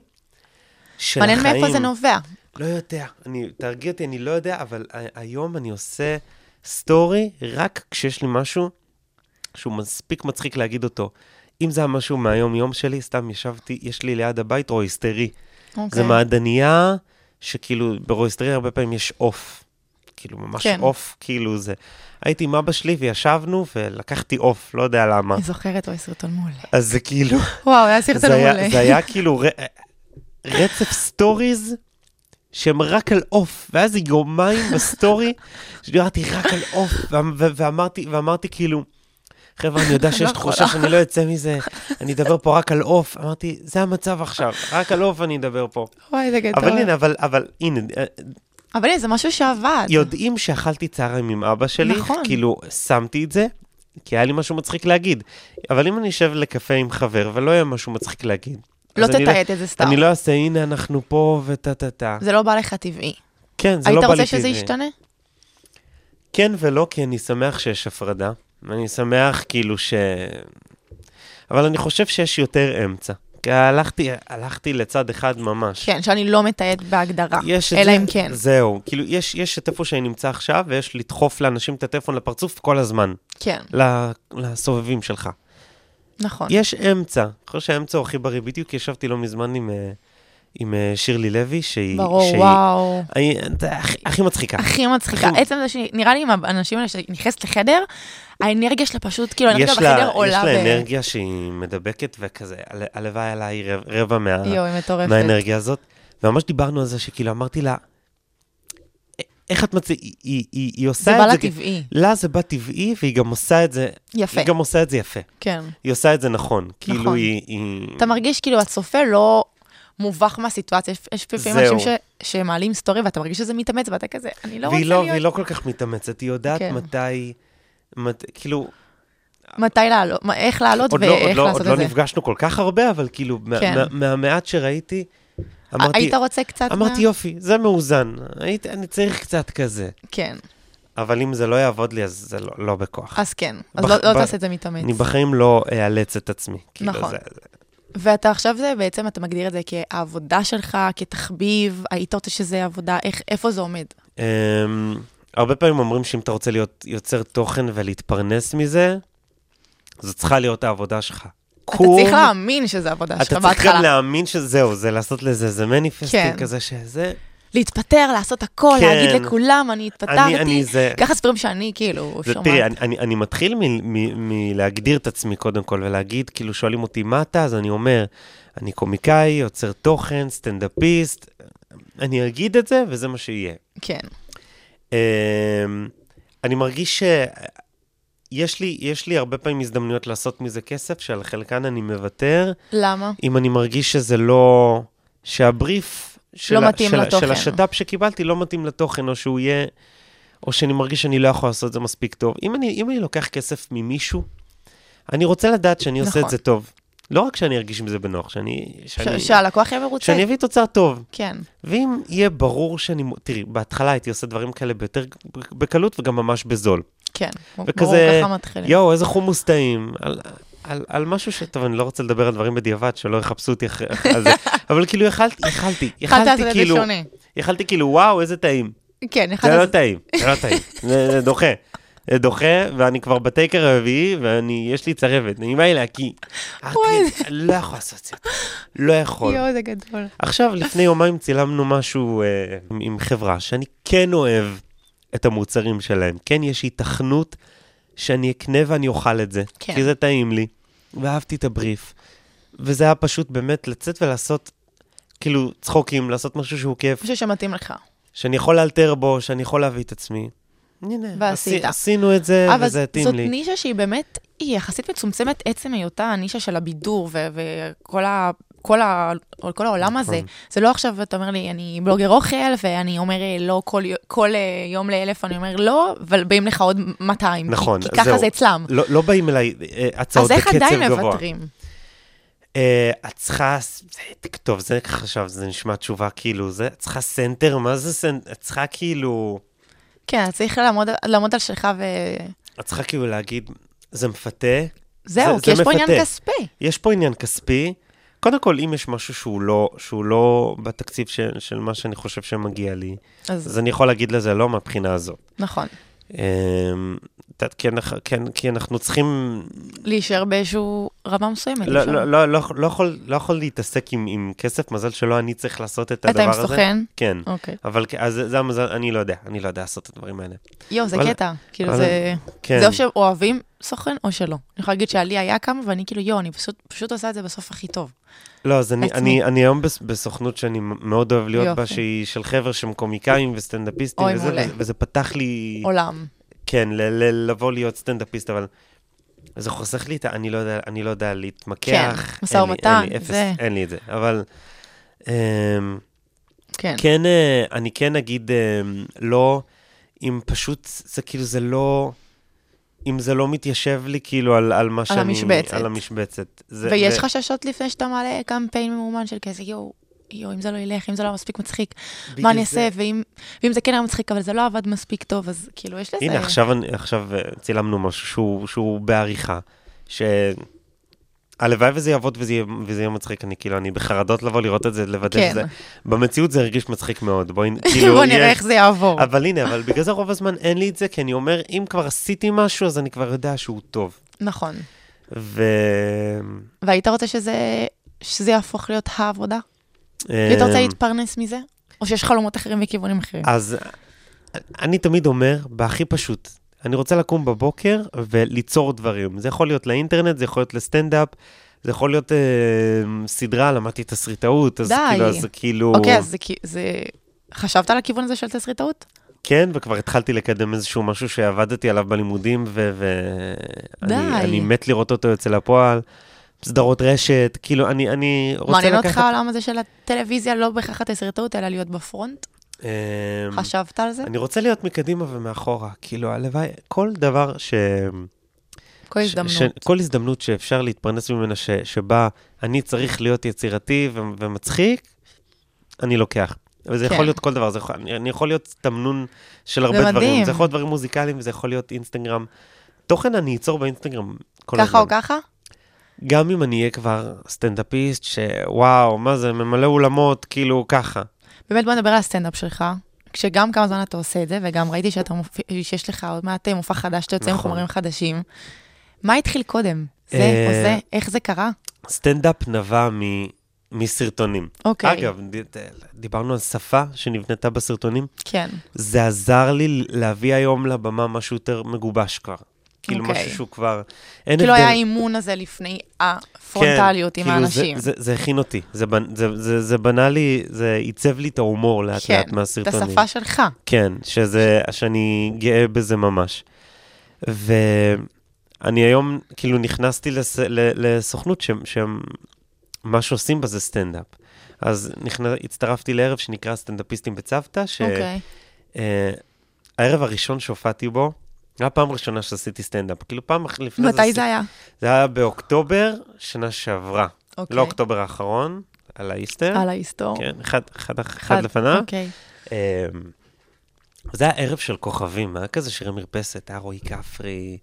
S5: של החיים.
S4: מעניין מאיפה זה נובע.
S5: לא יודע. אני, תרגיע אותי, אני לא יודע, אבל ה- היום אני עושה סטורי רק כשיש לי משהו שהוא מספיק מצחיק להגיד אותו. אם זה היה משהו מהיום-יום שלי, סתם ישבתי, יש לי ליד הבית רואיסטרי. Okay.
S4: אוקיי.
S5: זה מעדניה שכאילו ברואיסטרי הרבה פעמים יש עוף. כאילו ממש
S4: כן.
S5: עוף, כאילו זה. הייתי עם אבא שלי וישבנו ולקחתי עוף, לא יודע למה.
S4: אני זוכרת, אוי, סרטון מעולה.
S5: אז זה כאילו...
S4: וואו, היה סרטון
S5: זה היה-
S4: מעולה.
S5: זה היה כאילו ר... רצף סטוריז שהם רק על עוף, ואז היא יומיים בסטורי, שדיברתי רק על עוף, ואמ- ו- ואמרתי, ואמרתי כאילו, חבר'ה, אני יודע שיש תחושה שאני לא אצא מזה, אני אדבר פה רק על עוף. אמרתי, זה המצב עכשיו, רק על עוף אני אדבר פה.
S4: וואי, זה גדול.
S5: אבל הנה, אבל, אבל הנה, אה,
S4: אבל הנה, זה משהו שעבד.
S5: יודעים שאכלתי צהריים עם אבא שלי,
S4: נכון.
S5: כאילו, שמתי את זה, כי היה לי משהו מצחיק להגיד. אבל אם אני אשב לקפה עם חבר ולא יהיה משהו מצחיק להגיד,
S4: לא
S5: אז אני
S4: תתעד את זה סתם.
S5: אני לא אעשה, הנה, אנחנו פה וטה טה טה.
S4: זה לא בא לך טבעי.
S5: כן, זה לא
S4: היית
S5: בא לי
S4: רוצה שזה
S5: טבעי.
S4: ישתנה?
S5: כן ולא, כי אני שמח שיש הפרדה. אני שמח כאילו ש... אבל אני חושב שיש יותר אמצע. כי הלכתי, הלכתי לצד אחד ממש.
S4: כן, שאני לא מתעד בהגדרה.
S5: יש את
S4: אלא
S5: זה,
S4: אם כן.
S5: זהו. כאילו, יש, יש את איפה שאני נמצא עכשיו, ויש לדחוף לאנשים את הטלפון לפרצוף כל הזמן,
S4: כן,
S5: ל- לסובבים שלך.
S4: נכון.
S5: יש אמצע. אני חושב שהאמצע הוא הכי בריא. בדיוק ישבתי לא מזמן עם, אה, עם אה, שירלי לוי, שהיא...
S4: ברור,
S5: שהיא,
S4: וואו.
S5: היא, אתה, הכי, הכי מצחיקה.
S4: הכי מצחיקה.
S5: הכי-
S4: עצם זה שנראה לי עם האנשים האלה שהיא נכנסת לחדר, האנרגיה שלה פשוט, כאילו, האנרגיה
S5: יש לה,
S4: בחדר עולה.
S5: יש
S4: ב-
S5: לה אנרגיה שהיא מדבקת וכזה, הל- הלוואי עליי רב- רבע מה,
S4: יואי, מטורפת.
S5: מהאנרגיה הזאת. וממש דיברנו על זה שכאילו אמרתי לה, "א- איך את מצליחה, היא, היא, היא, היא עושה
S4: זה
S5: את
S4: בא
S5: זה,
S4: לה
S5: כי-
S4: טבעי.
S5: לה זה בא טבעי, והיא גם עושה את זה,
S4: יפה.
S5: היא גם עושה את זה יפה.
S4: כן.
S5: היא עושה את זה נכון. כאילו היא... היא...
S4: אתה מרגיש כאילו הצופה לא מובך מהסיטואציה. יש- יש לפעמים
S5: זהו.
S4: אנשים ש- שמעלים סטורי ואתה מרגיש שזה מתאמץ ואתה כזה, אני לא רוצה
S5: והיא, לא, והיא
S4: להיות...
S5: לא כל כך מתאמצת, היא יודעת
S4: כן.
S5: מתי... מת, כאילו,
S4: מתי לעלות, מה- איך לעלות
S5: עוד לא, עוד
S4: ואיך
S5: לא,
S4: לעשות
S5: עוד לא
S4: את זה.
S5: נפגשנו כל כך הרבה, אבל כאילו, מה-
S4: כן.
S5: מה- מהמעט שראיתי, אמרתי,
S4: היית רוצה קצת... מה-
S5: אמרתי, יופי, זה מאוזן, היית, אני צריך קצת כזה.
S4: כן,
S5: אבל אם זה לא יעבוד לי, אז זה לא, לא בכוח.
S4: אז כן. אז
S5: בח-
S4: לא לא
S5: ב-
S4: תעשה את זה מתאמץ.
S5: אני בחיים לא אאלץ את עצמי. כאילו,
S4: נכון.
S5: זה,
S4: ואתה עכשיו זה, בעצם אתה מגדיר את זה כעבודה שלך, כתחביב, היית רוצה שזה עבודה, איך, איפה זה עומד?
S5: אמ, הרבה פעמים אומרים שאם אתה רוצה להיות יוצר תוכן ולהתפרנס מזה, זו צריכה להיות העבודה שלך.
S4: אתה צריך להאמין שזה עבודה שלך
S5: אתה צריך
S4: בהתחלה.
S5: גם להאמין שזהו, זה לעשות לזה איזה מניפסטים
S4: כן.
S5: כזה שזה.
S4: להתפטר, לעשות הכל,
S5: כן.
S4: להגיד לכולם, אני
S5: אני, אני
S4: התפטרתי.
S5: זה...
S4: ככה ספרים שאני, כאילו,
S5: זה,
S4: שומעת.
S5: תראי, אני, אני, אני מתחיל מ- מ- מלהגדיר את עצמי קודם כל, ולהגיד, כאילו, שואלים אותי, מה אתה? אז אני אומר, אני קומיקאי, יוצר תוכן, סטנדאפיסט, אני אגיד את זה, וזה מה שיהיה.
S4: כן,
S5: אמ, אני מרגיש שיש לי, יש לי הרבה פעמים הזדמנויות לעשות מזה כסף, שעל חלקן אני מוותר,
S4: למה?
S5: אם אני מרגיש שזה לא... שהבריף של,
S4: לא
S5: ה-
S4: מתאים
S5: של, ה-
S4: לתוכן.
S5: של השת"פ שקיבלתי לא מתאים לתוכן, או שהוא יהיה... או שאני מרגיש שאני לא יכול לעשות את זה מספיק טוב. אם אני, אם אני לוקח כסף ממישהו, אני רוצה לדעת שאני עושה
S4: נכון.
S5: את זה טוב. לא רק שאני ארגיש עם זה בנוח, שאני... שאני,
S4: ש- שהלקוח יהיה מרוצה.
S5: שאני אביא תוצר טוב.
S4: כן,
S5: ואם יהיה ברור שאני... מ- תראי, בהתחלה הייתי עושה דברים כאלה ביותר בקלות וגם ממש בזול.
S4: כן. ברור,
S5: וכזה,
S4: ככה מתחילים.
S5: יואו, איזה חומוס טעים. על, על, על משהו ש... טוב, אני לא רוצה לדבר על דברים בדיעבד, שלא יחפשו אותי אחרי אחרי זה. אבל כאילו, יכלתי, יכלתי,
S4: יכלת לעשות
S5: יכלתי
S4: את זה
S5: כאילו,
S4: שונה.
S5: יכלתי כאילו, וואו, איזה טעים.
S4: כן, יכלת
S5: זה לא
S4: לעשות...
S5: טעים, זה לא טעים, זה זה דוחה. זה דוחה, ואני כבר בטייקר הרביעי, ואני, יש לי צרבת. נעימה היא להקיא.
S4: וואי.
S5: לא יכול לעשות את זה. לא יכול.
S4: יואו, זה גדול.
S5: עכשיו, לפני יומיים צילמנו משהו אה, עם- עם חברה שאני כן אוהב את המוצרים שלהם. כן, יש התכנות שאני אקנה ואני אוכל את זה.
S4: כן.
S5: כי זה טעים לי, ואהבתי את הבריף. וזה היה פשוט באמת לצאת ולעשות, כאילו, צחוקים, לעשות משהו שהוא כיף,
S4: משהו שמתאים לך.
S5: שאני יכול לאלתר בו, שאני יכול להביא את עצמי. הנה,
S4: ועשית.
S5: עשי- עשינו את זה,
S4: אבל
S5: כן, וזה
S4: זאת
S5: התאים לי.
S4: נישה שהיא באמת, היא יחסית מצומצמת עצם היותה הנישה של הבידור ו- וכל ה... כל, ה... כל העולם
S5: נכון.
S4: הזה. זה לא עכשיו, אתה אומר לי, אני בלוגר אוכל, ואני אומר אה, לא כל, יו- כל אה, יום לאלף, אני אומר לא, אבל באים לך עוד 200. כי-
S5: נכון,
S4: כי ככה
S5: זהו.
S4: זה אצלם.
S5: לא, לא באים אליי אה, הצעות
S4: אז
S5: בקצב
S4: איך
S5: גבוה.
S4: עדיין מוותרים?
S5: אה, את צריכה, זה- טוב, זה עכשיו, זה נשמע תשובה כאילו, זה, את צריכה סנטר, מה זה סנטר? את צריכה כאילו,
S4: כן, אז צריך לעמוד, לעמוד על שלך ו...
S5: את צריכה כאילו להגיד, זה מפתה,
S4: זהו,
S5: זה-
S4: כי יש
S5: זה
S4: פה
S5: מפתה.
S4: עניין כספי.
S5: יש פה עניין כספי. קודם כל, אם יש משהו שהוא לא, שהוא לא בתקציב של, של מה שאני חושב שמגיע לי,
S4: אז
S5: אז אני יכול להגיד לזה לא מהבחינה הזאת.
S4: נכון,
S5: אמ, את יודעת, כי אנחנו- כי- כי אנחנו צריכים
S4: להישאר באיזשהו רמה מסוימת.
S5: לא,
S4: אפשר.
S5: לא, לא, לא, לא, יכול, לא יכול להתעסק עם, עם כסף, מזל שלא אני צריך לעשות את
S4: אתה
S5: הדבר
S4: עם
S5: הזה.
S4: סוכן?
S5: כן.
S4: אוקיי.
S5: אבל כ- אז זה- זה המזל, אני לא יודע, אני לא יודע לעשות את הדברים האלה.
S4: יואו, זה
S5: וואלה,
S4: קטע. כאילו,
S5: וואלה,
S4: זה...
S5: כן.
S4: זה או שאוהבים סוכן או שלא. אני יכולה להגיד שעלי היה כמה, ואני כאילו, יואו, אני פשוט, פשוט עושה את זה בסוף הכי טוב.
S5: לא, אז אני,
S4: עצמי.
S5: אני, אני היום בס- בסוכנות שאני מ- מאוד אוהב להיות
S4: יופי.
S5: בה, שהיא של חבר'ה שהם קומיקאים וסטנדאפיסטים,
S4: אוי,
S5: וזה,
S4: מעולה.
S5: וזה, וזה פתח לי,
S4: עולם.
S5: כן, ל, ל, לבוא להיות סטנדאפיסט, אבל זה חוסך לי את ה... אני לא יודע, אני לא יודע להתמקח.
S4: כן,
S5: אין
S4: משא
S5: לי-
S4: ומתן,
S5: אין לי, אפס,
S4: זה.
S5: אין לי את זה, אבל... אמ,
S4: כן.
S5: כן, אה, אני כן אגיד אה, לא, אם פשוט, זה כאילו, זה לא, אם זה לא מתיישב לי כאילו על, על מה שאני...
S4: המשבצת.
S5: על המשבצת. זה-
S4: ויש
S5: זה-
S4: חששות לפני שאתה מעלה קמפיין ממומן של כזה, יואו, יואו, אם זה לא ילך, אם זה לא מספיק מצחיק,
S5: בגלל
S4: מה אני
S5: זה-
S4: אעשה, ואם ואם זה כן היה מצחיק, אבל זה לא עבד מספיק טוב, אז כאילו, יש לזה...
S5: הנה, עכשיו, אני- עכשיו אה, צילמנו משהו שהוא, שהוא בעריכה, ש... הלוואי וזה יעבוד וזה יהיה, וזה יהיה מצחיק, אני כאילו, אני בחרדות לבוא לראות את זה, לוודא
S4: כן.
S5: שזה... במציאות זה הרגיש מצחיק מאוד, בואי, כאילו,
S4: בוא נראה
S5: יש-
S4: איך זה יעבור.
S5: אבל הנה, אבל בגלל זה רוב הזמן אין לי את זה, כי אני אומר, אם כבר עשיתי משהו, אז אני כבר יודע שהוא טוב.
S4: נכון.
S5: ו...
S4: והיית רוצה שזה שזה יהפוך להיות העבודה?
S5: אמ-
S4: היית
S5: אתה
S4: רוצה להתפרנס מזה? או שיש חלומות אחרים וכיוונים אחרים?
S5: אז אני תמיד אומר, בהכי פשוט, אני רוצה לקום בבוקר וליצור דברים. זה יכול להיות לאינטרנט, זה יכול להיות לסטנדאפ, זה יכול להיות אה, סדרה, למדתי תסריטאות, אז
S4: די.
S5: כאילו, אז כאילו...
S4: אוקיי, אז זה כי- זה... חשבת על הכיוון הזה של תסריטאות?
S5: כן, וכבר התחלתי לקדם איזשהו משהו שעבדתי עליו בלימודים, ו... ו...
S4: די.
S5: אני, אני מת לראות אותו יוצא לפועל. סדרות רשת, כאילו, אני, אני רוצה
S4: מעניין אותך
S5: לקחת...
S4: העולם הזה של הטלוויזיה, לא בהכרח התסריטאות, אלא להיות בפרונט?
S5: אה,
S4: חשבת על זה?
S5: אני רוצה להיות מקדימה ומאחורה, כאילו, הלוואי, כל דבר ש...
S4: כל
S5: ש- ש-
S4: הזדמנות.
S5: כל הזדמנות שאפשר להתפרנס ממנה, ש, שבה אני צריך להיות יצירתי ו- ומצחיק, אני לוקח. וזה
S4: כן.
S5: יכול להיות כל דבר, זה יכול, אני, אני יכול להיות תמנון של הרבה
S4: זה מדהים.
S5: דברים, זה יכול להיות דברים מוזיקליים, וזה יכול להיות אינסטגרם. תוכן אני אצור באינסטגרם כל
S4: ככה או
S5: הזמן.
S4: ככה?
S5: גם אם אני אהיה כבר סטנדאפיסט, שוואו, מה זה, ממלא אולמות, כאילו ככה.
S4: באמת בוא נדבר על הסטנדאפ שלך, כשגם כמה זמן אתה עושה את זה, וגם ראיתי שאתה מופיע, שיש לך עוד מעט אה, מופע חדש, שאתה יוצא עם
S5: נכון.
S4: חומרים חדשים. מה התחיל קודם? זה
S5: אה,
S4: או זה? איך זה קרה?
S5: סטנדאפ נבע מ, מסרטונים.
S4: אוקיי.
S5: אגב, ד- דיברנו על שפה שנבנתה בסרטונים.
S4: כן.
S5: זה עזר לי להביא היום לבמה משהו יותר מגובש כבר. כאילו
S4: אוקיי.
S5: משהו שהוא כבר... אין
S4: כאילו
S5: הבדל.
S4: היה האימון הזה לפני
S5: כן,
S4: הפרונטליות עם
S5: כאילו זה-
S4: האנשים.
S5: זה- זה הכין אותי, זה בנ- זה- זה- זה בנה לי, זה עיצב לי את ההומור לאט
S4: כן,
S5: לאט
S4: את
S5: מהסרטונים.
S4: השפה שלך.
S5: כן, שזה, שאני גאה בזה ממש. ואני היום, כאילו, נכנסתי לס... ל... לסוכנות ש... שהם... מה שעושים בה זה סטנדאפ. אז נכנס... הצטרפתי לערב שנקרא סטנדאפיסטים בצוותא, ש...
S4: אוקיי.
S5: אה, הערב הראשון שהופעתי בו, היה פעם ראשונה שעשיתי סטנדאפ. כאילו פעם אח- לפני
S4: מתי
S5: עשיתי-
S4: זה היה?
S5: זה היה באוקטובר שנה שעברה.
S4: אוקיי.
S5: לא אוקטובר האחרון, על האיסטר.
S4: על ההיסטור.
S5: כן, אחד, אחד, אחד, אחד לפניו.
S4: אוקיי.
S5: אה, זה היה ערב של כוכבים, היה כזה שירי מרפסת, היה רועי כפרי,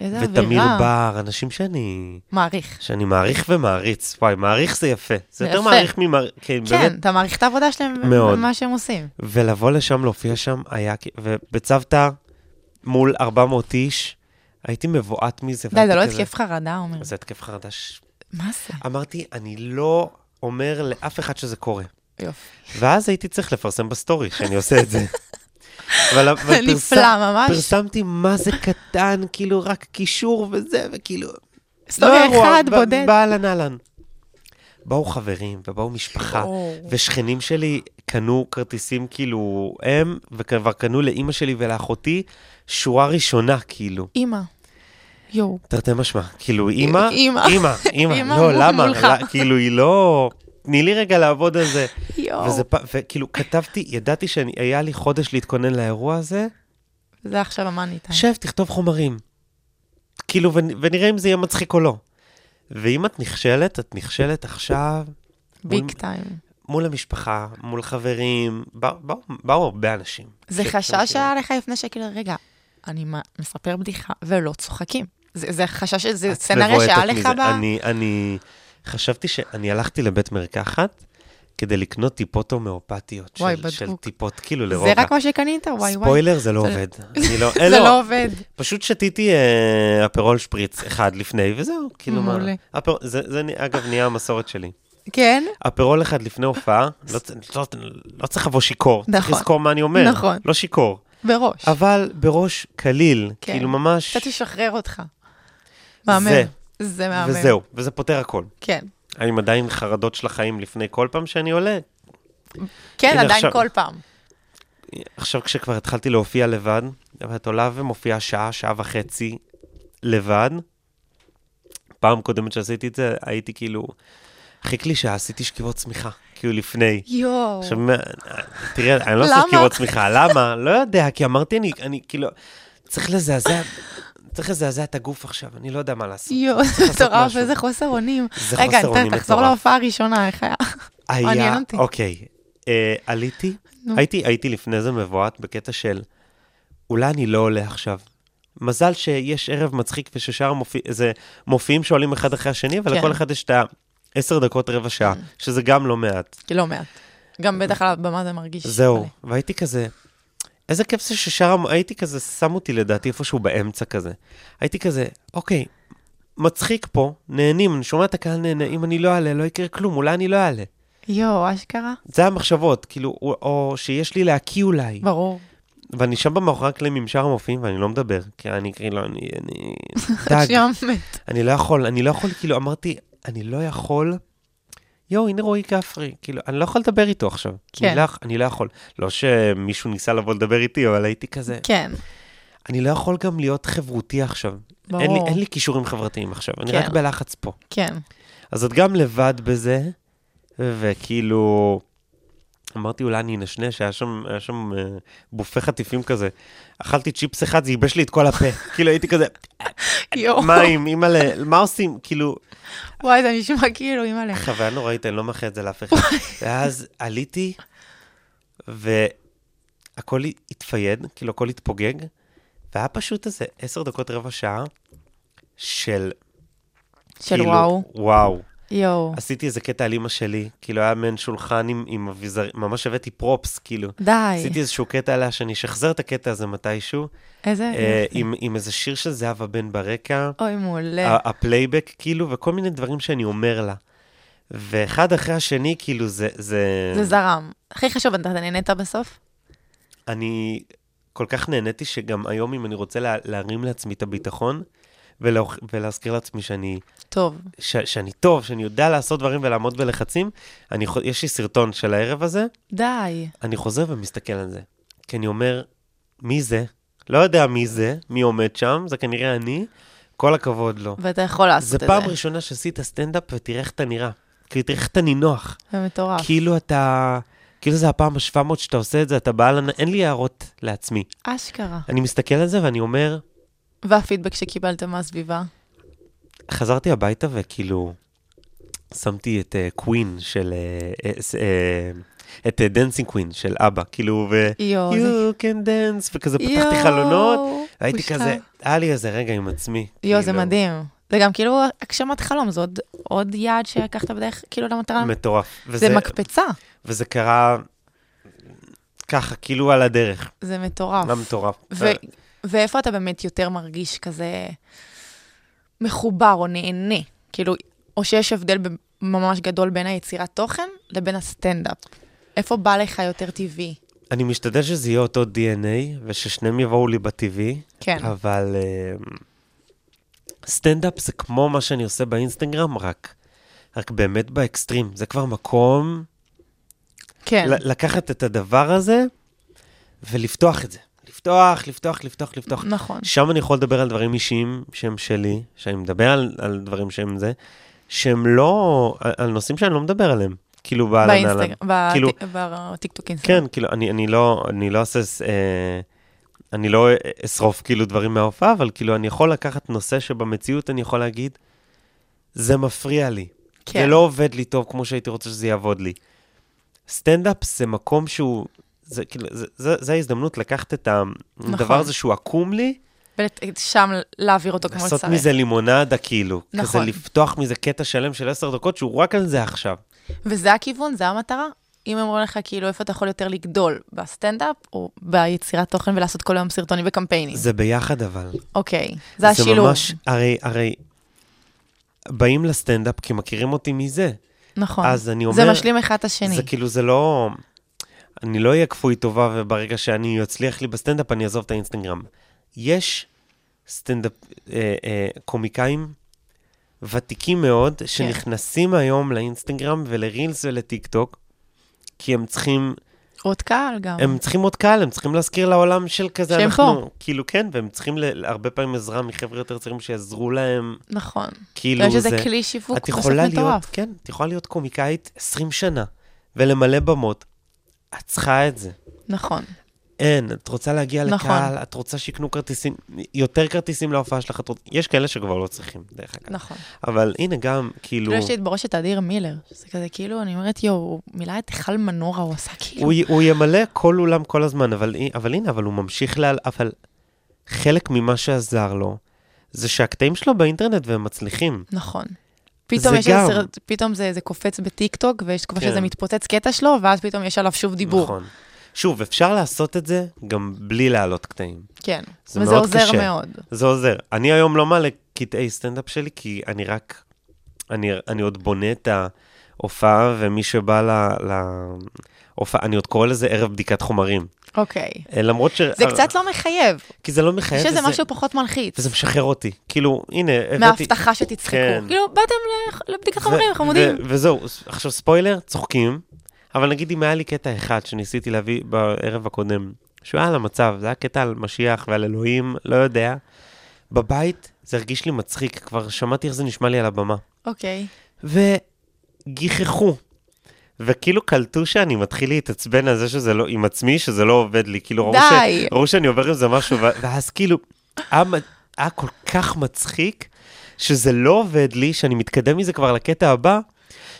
S4: איזה
S5: ותמיר
S4: אווירה.
S5: בר, אנשים שאני...
S4: מעריך.
S5: שאני מעריך ומעריץ. וואי, מעריך זה יפה. זה
S4: זה
S5: יותר
S4: יפה.
S5: מעריך ממעריך, כן, באמת.
S4: כן, אתה מעריך את העבודה שלהם,
S5: מאוד.
S4: מה שהם עושים.
S5: ולבוא לשם, להופיע שם, היה... כ- ובצוותא מול 400 איש, הייתי מבועת
S4: די,
S5: מזה.
S4: זה
S5: והייתי
S4: לא
S5: כזה-
S4: התקף חרדה, עומר.
S5: זה התקף חרדה. ש-
S4: מה זה?
S5: אמרתי, אני לא אומר לאף אחד שזה קורה.
S4: יופי.
S5: ואז הייתי צריך לפרסם בסטורי שאני עושה את זה. אבל, אבל פרסם-
S4: נפלא ממש.
S5: פרסמתי מה זה קטן, כאילו רק קישור וזה, וכאילו...
S4: סטורי
S5: לא אירוע,
S4: אחד
S5: ב-
S4: בודד.
S5: באהלן אהלן. באו חברים, ובאו משפחה,
S4: יואו.
S5: ושכנים שלי קנו כרטיסים כאילו הם, וכבר קנו לאימא שלי ולאחותי שורה ראשונה, כאילו.
S4: אימא. יואו.
S5: תרתי משמע, כאילו, אימא,
S4: אימא.
S5: אימא, אימא,
S4: אימא
S5: לא,
S4: מול-
S5: למה?
S4: מולך.
S5: לא, כאילו, היא לא... תני לי רגע לעבוד על זה.
S4: יואו.
S5: וזה פ... וכאילו, כתבתי, ידעתי שהיה לי חודש להתכונן לאירוע הזה,
S4: אה. זה עכשיו המאני טיים.
S5: שב, תכתוב חומרים. כאילו, ונ... ונראה אם זה יהיה מצחיק או לא. ואם את נכשלת, את נכשלת עכשיו
S4: ביג
S5: מול-
S4: טיים.
S5: מול המשפחה, מול חברים, באו- באו באו הרבה אנשים.
S4: זה
S5: ש-
S4: חשש
S5: שאנשים-
S4: שהיה לך לפני שכאילו, רגע, אני מה- מספר בדיחה ולא צוחקים. זה זה חשש, זה
S5: לא את
S4: סצנריה
S5: מבועתת
S4: שהיה לך
S5: מזה.
S4: ב...
S5: אני, אני חשבתי שאני הלכתי לבית מרקחת כדי לקנות טיפות הומאופתיות
S4: וואי,
S5: של, של
S4: בדוק.
S5: טיפות כאילו לרוגע.
S4: זה רק מה שקנית? וואי וואי.
S5: ספוילר, זה לא
S4: זה-
S5: עובד. אני לא,
S4: זה
S5: אין, לא,
S4: לא עובד.
S5: פשוט שתיתי אה, אפרול שפריץ אחד לפני, וזהו, כאילו מה.
S4: מעולה.
S5: אפר, זה, זה נ- אגב נהיה המסורת שלי.
S4: כן?
S5: אפרול אחד לפני הופעה, לא, צ- לא, לא צריך לבוא שיכור, צריך
S4: נכון.
S5: לזכור מה אני אומר.
S4: נכון.
S5: לא שיכור.
S4: בראש.
S5: אבל בראש קליל,
S4: כן.
S5: כאילו ממש,
S4: קצת ישחרר אותך. מהמם.
S5: זה.
S4: זה מהמם.
S5: וזהו, וזה פותר הכל.
S4: כן.
S5: האם עדיין חרדות של החיים לפני כל פעם שאני עולה?
S4: כן,
S5: הנה,
S4: עדיין
S5: עכשיו-
S4: כל פעם.
S5: עכשיו כשכבר התחלתי להופיע לבד, ואת עולה ומופיעה שעה, שעה וחצי לבד, פעם קודמת שעשיתי את זה, הייתי כאילו, הכי קלישאה, עשיתי שכיבות צמיחה, כאילו לפני.
S4: יואו.
S5: עכשיו, מה- תראה, אני לא עושה
S4: למה?
S5: שכיבות צמיחה, למה? לא יודע, כי אמרתי, אני, אני כאילו, צריך לזעזע, צריך לזעזע את הגוף עכשיו, אני לא יודע מה לעשות.
S4: יואו,
S5: צריך
S4: זה
S5: לעשות
S4: מטורף,
S5: משהו.
S4: איזה חוסר אונים.
S5: זה
S4: רגע,
S5: חוסר
S4: אתה-
S5: אונים
S4: תחזור
S5: מטורף.
S4: להופעה הראשונה, איך היה?
S5: היה,
S4: מעניין אותי.
S5: אוקיי, אה, עליתי,
S4: נו.
S5: הייתי, הייתי לפני זה מבועת בקטע של, אולי אני לא עולה עכשיו. מזל שיש ערב מצחיק וששאר המופ... זה מופיעים שעולים אחד אחרי השני, אבל
S4: כן.
S5: לכל אחד יש את העשר דקות רבע שעה, שזה גם לא מעט.
S4: כי לא מעט. גם בטח על הבמה זה מרגיש.
S5: זהו,
S4: מלא.
S5: והייתי כזה, איזה כיף זה ששאר, המ- הייתי כזה, שם אותי לדעתי איפשהו באמצע כזה. הייתי כזה, אוקיי, מצחיק פה, נהנים, אני שומע את הקהל נהנה, אם אני לא אעלה, לא יקרה כלום, אולי אני לא אעלה.
S4: יואו, אשכרה?
S5: זה המחשבות, כאילו, או, או שיש לי להקיא אולי.
S4: ברור.
S5: ואני שם במאחורי הקלעים עם שאר המופיעים ואני לא מדבר, כי אני כאילו, אני, אני דג.
S4: שם מת.
S5: אני לא יכול, אני לא יכול, כאילו, אמרתי, אני לא יכול, יואו, הנה רועי כפרי, כאילו, אני לא יכול לדבר איתו עכשיו.
S4: כן.
S5: אני לא, אני לא יכול. לא שמישהו ניסה לבוא לדבר איתי, אבל הייתי כזה,
S4: כן,
S5: אני לא יכול גם להיות חברותי עכשיו.
S4: ברור.
S5: אין לי, אין לי כישורים חברתיים עכשיו, אני
S4: כן.
S5: רק בלחץ פה.
S4: כן.
S5: אז את גם לבד בזה, וכאילו... אמרתי, אולי אני אנשנש, היה שם, היה שם אה, בופה חטיפים כזה. אכלתי צ'יפס אחד, זה ייבש לי את כל הפה. כאילו, הייתי כזה,
S4: יואו.
S5: מים, אימא'לה, מה עושים? כאילו,
S4: וואי, זה נשמע כאילו, אימא'לה.
S5: חוויה נוראית, אני לא מאחל את זה לאף אחד. ואז עליתי, והכל התפייד, כאילו, הכל התפוגג, והיה פשוט איזה עשר דקות, רבע שעה, של,
S4: של
S5: כאילו,
S4: וואו.
S5: וואו.
S4: יואו.
S5: עשיתי איזה קטע על אימא שלי, כאילו היה מעין שולחן עם, עם אביזרים, ממש הבאתי פרופס, כאילו. עשיתי
S4: די.
S5: איזשהו קטע עליה שאני אשחזר את הקטע הזה מתישהו,
S4: איזה...
S5: אה,
S4: יופי. אוקיי.
S5: עם, אה, עם איזה שיר של זהבה בן ברקע,
S4: אוי, מעולה.
S5: ה- הפלייבק, כאילו, וכל מיני דברים שאני אומר לה. ואחד אחרי השני, כאילו, זה... זה,
S4: זה זרם. הכי חשוב, אתה נהנית בסוף?
S5: אני כל כך נהניתי שגם היום, אם אני רוצה לה, להרים לעצמי את הביטחון, ולהוכ- ולהזכיר לעצמי שאני
S4: טוב.
S5: ש, שאני טוב, שאני יודע לעשות דברים ולעמוד בלחצים, אני, חו- יש לי סרטון של הערב הזה,
S4: די.
S5: אני חוזר ומסתכל על זה. כי אני אומר, מי זה? לא יודע מי זה, מי עומד שם, זה כנראה אני, כל הכבוד לו.
S4: ואתה יכול לעשות
S5: זה
S4: את זה.
S5: פעם ראשונה שעשית סטנדאפ ותראה איך אתה נראה. כאילו, תראה איך אתה נינוח.
S4: זה מטורף.
S5: כאילו אתה... כאילו זה הפעם ה-700 שאתה עושה את זה, אתה בעל... הנ- אין לי הערות לעצמי.
S4: אשכרה.
S5: אני מסתכל על זה ואני אומר,
S4: והפידבק שקיבלתם מהסביבה?
S5: חזרתי הביתה וכאילו שמתי את קווין של... אה, אה, ס- אה, את דנסינג קווין של אבא, כאילו, ו...
S4: יואו. זה-
S5: You can dance, וכזה פתחתי
S4: יואו,
S5: חלונות, הייתי
S4: בושה.
S5: כזה, היה לי איזה רגע עם עצמי.
S4: יואו, זה
S5: כאילו,
S4: מדהים. זה גם כאילו הגשמת חלום, זה עוד- עוד יעד שלקחת בדרך, כאילו למטרה.
S5: מטורף.
S4: זה
S5: וזה-
S4: מקפצה,
S5: וזה קרה ככה, כאילו על הדרך.
S4: זה מטורף.
S5: מה מטורף?
S4: ו- ואיפה אתה באמת יותר מרגיש כזה מחובר או נהנה? כאילו, או שיש הבדל ב- ממש גדול בין היצירת תוכן לבין הסטנדאפ. איפה בא לך יותר טבעי?
S5: אני משתדל שזה יהיה אותו DNA, וששניהם יבואו לי בטבעי,
S4: כן,
S5: אבל אמ, סטנדאפ זה כמו מה שאני עושה באינסטגרם, רק. רק באמת באקסטרים. זה כבר מקום
S4: כן,
S5: ל- לקחת את הדבר הזה ולפתוח את זה. לפתוח, לפתוח, לפתוח, לפתוח.
S4: נכון.
S5: שם אני יכול לדבר על דברים אישיים שהם שלי, שאני מדבר על, על דברים שהם זה, שהם לא, על, על נושאים שאני לא מדבר עליהם, כאילו באהלן אהלן.
S4: באינסטגרם, בת-
S5: כאילו-
S4: בטיקטוק
S5: כן,
S4: אינסטגרם.
S5: כאילו, אני, אני לא, אני לא אעשה, ס- אה, אני לא אשרוף כאילו דברים מההופעה, אבל כאילו, אני יכול לקחת נושא שבמציאות אני יכול להגיד, זה מפריע לי. כן. זה לא עובד לי טוב כמו שהייתי רוצה שזה יעבוד לי. סטנדאפ זה מקום שהוא, זה, כאילו, זה, זה, זה ההזדמנות לקחת את הדבר
S4: נכון.
S5: הזה שהוא עקום לי,
S4: ושם להעביר אותו כמו שצריך.
S5: לעשות מזה לימונדה, כאילו. נכון. כזה
S4: נכון.
S5: לפתוח מזה קטע שלם של עשר דקות, שהוא רק על זה עכשיו.
S4: וזה הכיוון, זה המטרה. אם אומרים לך, כאילו, איפה אתה יכול יותר לגדול, בסטנדאפ או ביצירת תוכן ולעשות כל היום סרטונים וקמפיינים.
S5: זה ביחד, אבל.
S4: אוקיי, זה השילוב.
S5: ממש, הרי, הרי, באים לסטנדאפ כי מכירים אותי מזה.
S4: נכון.
S5: אז אני
S4: זה
S5: אומר-
S4: משלים אחד את השני.
S5: זה כאילו, זה לא... אני לא אהיה כפוי טובה, וברגע שאני אצליח לי בסטנדאפ, אני אעזוב את האינסטגרם. יש סטנדאפ, אה, אה, קומיקאים ותיקים מאוד,
S4: כן.
S5: שנכנסים היום לאינסטגרם ולרילס ולטיק טוק, כי הם צריכים,
S4: אה. עוד קהל גם.
S5: הם צריכים עוד קהל, הם צריכים להזכיר לעולם של כזה,
S4: שהם
S5: אנחנו,
S4: פה.
S5: כאילו, כן, והם צריכים ל- הרבה פעמים עזרה מחבר'ה יותר צעירים שיעזרו להם,
S4: נכון.
S5: כאילו,
S4: יש
S5: זה...
S4: איזה כלי שיווק
S5: את
S4: בסוף
S5: יכולה להיות,
S4: מטורף.
S5: כן, את יכולה להיות קומיקאית 20 שנה ולמלא במות. את צריכה את זה.
S4: נכון.
S5: אין, את רוצה להגיע
S4: נכון.
S5: לקהל, את רוצה שיקנו כרטיסים, יותר כרטיסים להופעה שלך, את רוצ... יש כאלה שכבר לא צריכים, דרך אגב.
S4: נכון.
S5: אבל הנה גם, כאילו,
S4: כאילו, יש לי את בראש את אדיר מילר, שזה כזה כאילו, אני אומרת, יואו, הוא מילא את היכל מנורה, הוא עשה כאילו.
S5: הוא, י- הוא ימלא כל אולם כל הזמן, אבל, הי- אבל הנה, אבל הוא ממשיך ל... אבל חלק ממה שעזר לו, זה שהקטעים שלו באינטרנט והם מצליחים.
S4: נכון. פתאום
S5: זה
S4: יש
S5: גם.
S4: איזה, סרט- פתאום זה, זה קופץ בטיקטוק, ויש תקופה
S5: כן.
S4: שזה מתפוצץ קטע שלו, ואז פתאום יש עליו שוב דיבור. נכון.
S5: נכון. שוב, אפשר לעשות את זה גם בלי להעלות קטעים.
S4: כן.
S5: זה
S4: וזה
S5: מאוד
S4: עוזר
S5: קשה.
S4: מאוד.
S5: זה עוזר. אני היום לא מעלה קטעי סטנדאפ שלי, כי אני רק... אני, אני עוד בונה את ההופעה, ומי שבא ל- להופעה, אני עוד קורא לזה ערב בדיקת חומרים.
S4: אוקיי.
S5: אה, למרות ש...
S4: זה קצת לא מחייב.
S5: כי זה לא מחייב,
S4: יש איזה
S5: וזה-
S4: משהו פחות מלחיץ.
S5: וזה משחרר אותי. כאילו, הנה, הבאתי...
S4: מההבטחה שתצחקו.
S5: כן.
S4: כאילו, באתם ל- לבדיקת
S5: ו-
S4: חברים, חמודים.
S5: ו- וזהו, עכשיו ספוילר, צוחקים, אבל נגיד אם היה לי קטע אחד שניסיתי להביא בערב הקודם, שהוא היה על המצב, זה היה קטע על משיח ועל אלוהים, לא יודע. בבית זה הרגיש לי מצחיק, כבר שמעתי איך זה נשמע לי על הבמה.
S4: אוקיי.
S5: וגיחכו. וכאילו קלטו שאני מתחיל להתעצבן על זה שזה לא, עם עצמי, שזה לא עובד לי. כאילו, ראו,
S4: די.
S5: ש, ראו שאני עובר עם זה משהו, ו- ואז כאילו, היה, מ- היה כל כך מצחיק, שזה לא עובד לי, שאני מתקדם מזה כבר לקטע הבא,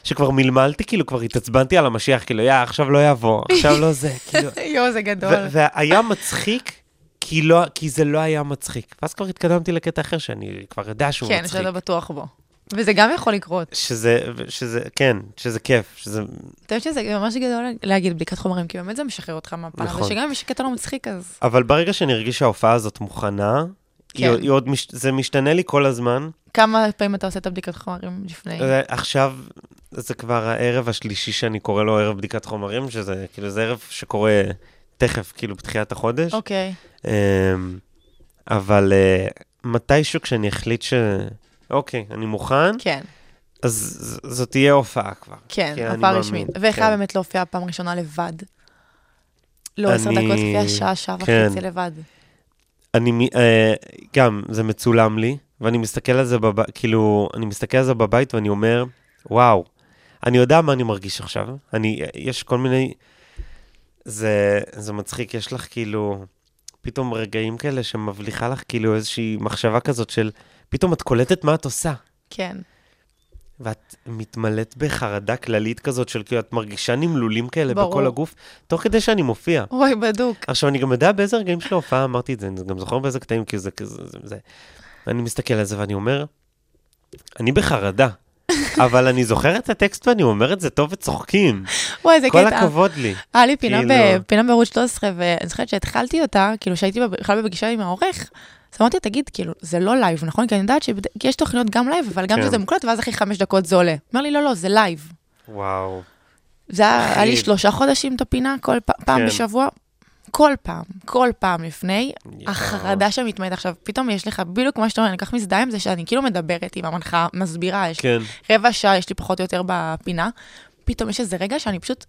S5: שכבר מלמלתי, כאילו, כבר התעצבנתי על המשיח, כאילו, יא, עכשיו לא יבוא, עכשיו לא זה, כאילו.
S4: יואו, זה גדול.
S5: ו- והיה מצחיק, כי, לא, כי זה לא היה מצחיק. ואז כבר התקדמתי לקטע אחר, שאני כבר יודע שהוא
S4: כן,
S5: מצחיק.
S4: שאתה בטוח בו. וזה גם יכול לקרות.
S5: שזה, שזה, כן, שזה כיף, שזה
S4: אתה יודע שזה ממש גדול להגיד בדיקת חומרים, כי באמת זה משחרר אותך מהפעם
S5: נכון.
S4: הזה, שגם אם יש קטע לא מצחיק, אז
S5: אבל ברגע שאני הרגיש שההופעה הזאת מוכנה, היא,
S4: כן.
S5: היא עוד מש, זה משתנה לי כל הזמן.
S4: כמה פעמים אתה עושה את הבדיקת חומרים לפני?
S5: זה- עכשיו, זה כבר הערב השלישי שאני קורא לו ערב בדיקת חומרים, שזה כאילו, זה ערב שקורה תכף, כאילו, בתחילת החודש.
S4: אוקיי.
S5: אמ, אבל אה, מתישהו כשאני אחליט ש... אוקיי, אני מוכן,
S4: כן,
S5: אז ז- זאת תהיה הופעה כבר.
S4: כן,
S5: אני
S4: הפעם
S5: מאמין,
S4: רשמית.
S5: כן.
S4: וחייב באמת להופיע פעם ראשונה לבד. לא עשר
S5: אני-
S4: דקות, הופיע שעה, שעה
S5: כן.
S4: וחצי לבד.
S5: אני, מ- אה, גם, זה מצולם לי, ואני מסתכל על זה בבית, כאילו, אני מסתכל על זה בבית ואני אומר, וואו, אני יודע מה אני מרגיש עכשיו, אני, יש כל מיני, זה, זה מצחיק, יש לך כאילו, פתאום רגעים כאלה שמבליחה לך כאילו איזושהי מחשבה כזאת של, פתאום את קולטת מה את עושה,
S4: כן,
S5: ואת מתמלאת בחרדה כללית כזאת של כאילו, את מרגישה נמלולים כאלה
S4: ברור.
S5: בכל הגוף, תוך כדי שאני מופיע.
S4: אוי, בדוק.
S5: עכשיו, אני גם יודע באיזה רגעים של ההופעה אמרתי את זה, אני גם זוכר באיזה קטעים, כי זה כזה, זה, זה. אני מסתכל על זה ואני אומר, אני בחרדה, אבל אני זוכר את הטקסט ואני אומר את זה טוב וצוחקים.
S4: וואי, זה
S5: כל
S4: קטע.
S5: הכבוד לי.
S4: היה אה, לי פינה, ב...
S5: כאילו-
S4: פינה בערוץ 13, ואני זוכרת שהתחלתי אותה, כאילו שהייתי בכלל בפגישה עם העורך, אז אמרתי, תגיד, כאילו, זה לא לייב, נכון? כי אני יודעת שיש תוכניות גם לייב, אבל גם
S5: כן.
S4: שזה מוקלט, ואז אחרי חמש דקות זה עולה. אומר לי, לא, לא, זה לייב.
S5: וואו.
S4: זה היה היה לי
S5: אחי.
S4: שלושה חודשים את הפינה, כל פ... פעם
S5: כן.
S4: בשבוע. כל פעם, כל פעם לפני,
S5: יואו.
S4: החרדה שמתמדת עכשיו, פתאום יש לך, בדיוק מה שאתה אומר, אני כל כך מזדהה עם זה שאני כאילו מדברת עם המנחה, מסבירה, יש
S5: כן.
S4: רבע שעה יש לי פחות או יותר בפינה, פתאום יש איזה רגע שאני פשוט,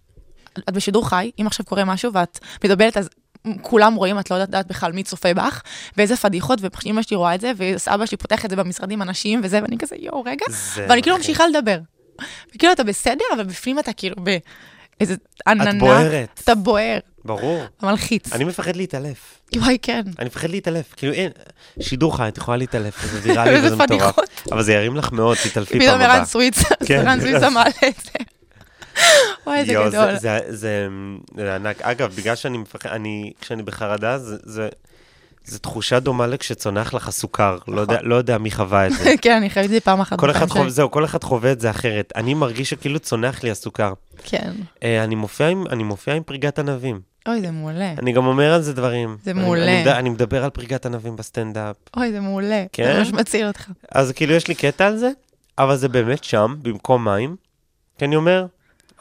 S4: את בשידור חי, אם עכשיו קורה משהו ואת מדברת, אז כולם רואים, את לא יודעת בכלל מי צופה בך, ואיזה פדיחות, ואמא שלי רואה את זה, ואבא שלי פותח את זה במשרדים, אנשים וזה, ואני כזה, יואו, רגע,
S5: זה
S4: ואני כאילו
S5: מלחיץ.
S4: ממשיכה לדבר. וכאילו אתה בסדר, אבל בפנים אתה כאילו ב... איזה עננה.
S5: בוערת.
S4: אתה בוער,
S5: ברור.
S4: מלחיץ.
S5: אני מפחד להתעלף.
S4: וואי, כן.
S5: אני מפחד להתעלף. כאילו, אין, שידור חי, את יכולה להתעלף, זה ויראלי
S4: איזה
S5: וזה מטורף.
S4: פדיחות.
S5: אבל זה ירים לך מאוד, תתעלפי
S4: פתאום
S5: פעם
S4: ערן
S5: הבאה.
S4: סוויצה,
S5: כן.
S4: ערן סוויצה מעלה את זה. וואי, זה
S5: יואו,
S4: גדול.
S5: זה, זה, זה, זה ענק. אגב, בגלל שאני מפחד, אני, כשאני בחרדה, זה, זה, זו תחושה דומה לכשצונח לך הסוכר. לא יודע-
S4: נכון.
S5: לא יודע מי חווה את זה.
S4: כן, אני חייבת את זה פעם אחת.
S5: כל
S4: בחיים
S5: אחד חווה,
S4: שלי.
S5: זהו, כל אחד חווה את זה אחרת. אני מרגיש שכאילו צונח לי הסוכר.
S4: כן.
S5: אה, אני מופיע עם- אני מופיע עם פריגת ענבים.
S4: אוי, זה מעולה.
S5: אני גם אומר על זה דברים.
S4: זה
S5: אני-
S4: מעולה.
S5: אני מד- אני מדבר על פריגת ענבים בסטנדאפ.
S4: אוי, זה מעולה.
S5: כן?
S4: זה ממש מציל אותך.
S5: אז כאילו יש לי קטע על זה, אבל זה באמת שם, במקום מים. כי אני אומר,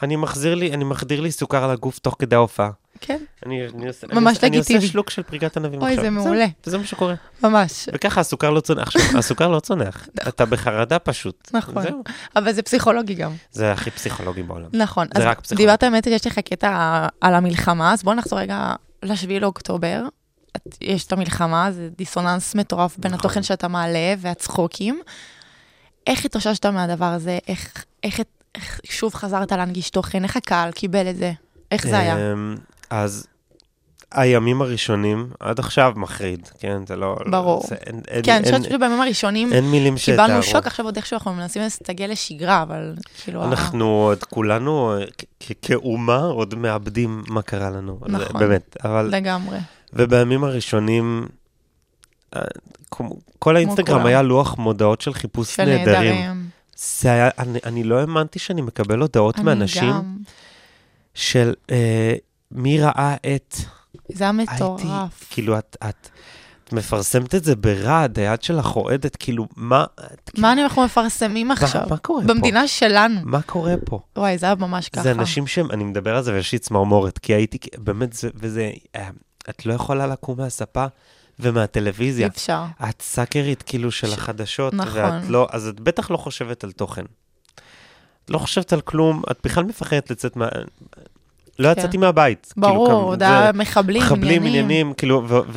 S5: אני מחזיר לי, אני מחדיר לי סוכר על הגוף תוך כדי ההופעה.
S4: כן,
S5: אני, אני, עושה, אני,
S4: ממש
S5: עושה- אני עושה
S4: לגיטימי.
S5: שלוק של פריגת ענבים
S4: אוי,
S5: עכשיו.
S4: זה
S5: זהו,
S4: מעולה.
S5: וזה מה שקורה.
S4: ממש.
S5: וככה הסוכר לא צונח. עכשיו, הסוכר לא צונח. אתה בחרדה פשוט.
S4: נכון.
S5: זהו.
S4: אבל זה פסיכולוגי גם.
S5: זה הכי פסיכולוגי בעולם.
S4: נכון.
S5: זה
S4: אז
S5: רק פסיכולוגי.
S4: דיברת באמת שיש לך קטע על המלחמה, אז בואו נחזור רגע ל-7 לאוקטובר. את- יש את המלחמה, זה דיסוננס מטורף בין
S5: נכון.
S4: התוכן שאתה מעלה והצחוקים. איך התאוששת מהדבר הזה? איך- איך את- איך שוב חזרת להנגיש תוכן? איך הקהל קיבל את זה? איך זה היה?
S5: אמ, אז הימים הראשונים, עד עכשיו מחריד, כן? זה לא...
S4: ברור.
S5: זה- אין- אין-
S4: כן, אני חושבת
S5: אין-
S4: שבימים הראשונים
S5: אין מילים שתארו.
S4: קיבלנו שוק, עכשיו עוד איכשהו אנחנו מנסים להסתגל לשגרה, אבל כאילו... ה-
S5: אנחנו עוד כולנו, אה, כ- כ- כאומה, עוד מאבדים מה קרה לנו. זה-
S4: נכון.
S5: באמת. אבל...
S4: לגמרי.
S5: ובימים הראשונים, אה, כמו- כל האינסטגרם
S4: כולם.
S5: היה לוח מודעות של חיפוש
S4: של
S5: נהדרים.
S4: נהדרים.
S5: זה היה, אני, אני לא האמנתי שאני מקבל הודעות
S4: אני
S5: מאנשים
S4: גם.
S5: של אה, מי ראה את...
S4: זה היה
S5: הייתי,
S4: מטורף.
S5: כאילו, את, את, את מפרסמת את זה ברעד, היד שלך רועדת, כאילו, מה, את, כאילו,
S4: מה אנחנו מפרסמים עכשיו?
S5: מה קורה פה?
S4: במדינה שלנו.
S5: מה קורה פה?
S4: וואי, זה היה ממש ככה.
S5: זה אנשים שהם, אני מדבר על זה ויש לי צמרמורת, כי הייתי, כ- באמת, זה, וזה, אה, את לא יכולה לקום מהספה
S4: אי
S5: ומהטלוויזיה.
S4: אפשר.
S5: את סאקרית כאילו של החדשות,
S4: נכון.
S5: ואת לא, אז את בטח לא חושבת על תוכן. את לא חושבת על כלום, את בכלל מפחדת לצאת מה... לא
S4: כן.
S5: יצאתי מהבית. כאילו,
S4: ברור,
S5: כמ-
S4: זה היה
S5: זה-
S4: מחבלים,
S5: מחבלים
S4: עניינים.
S5: עניינים, כאילו, ו-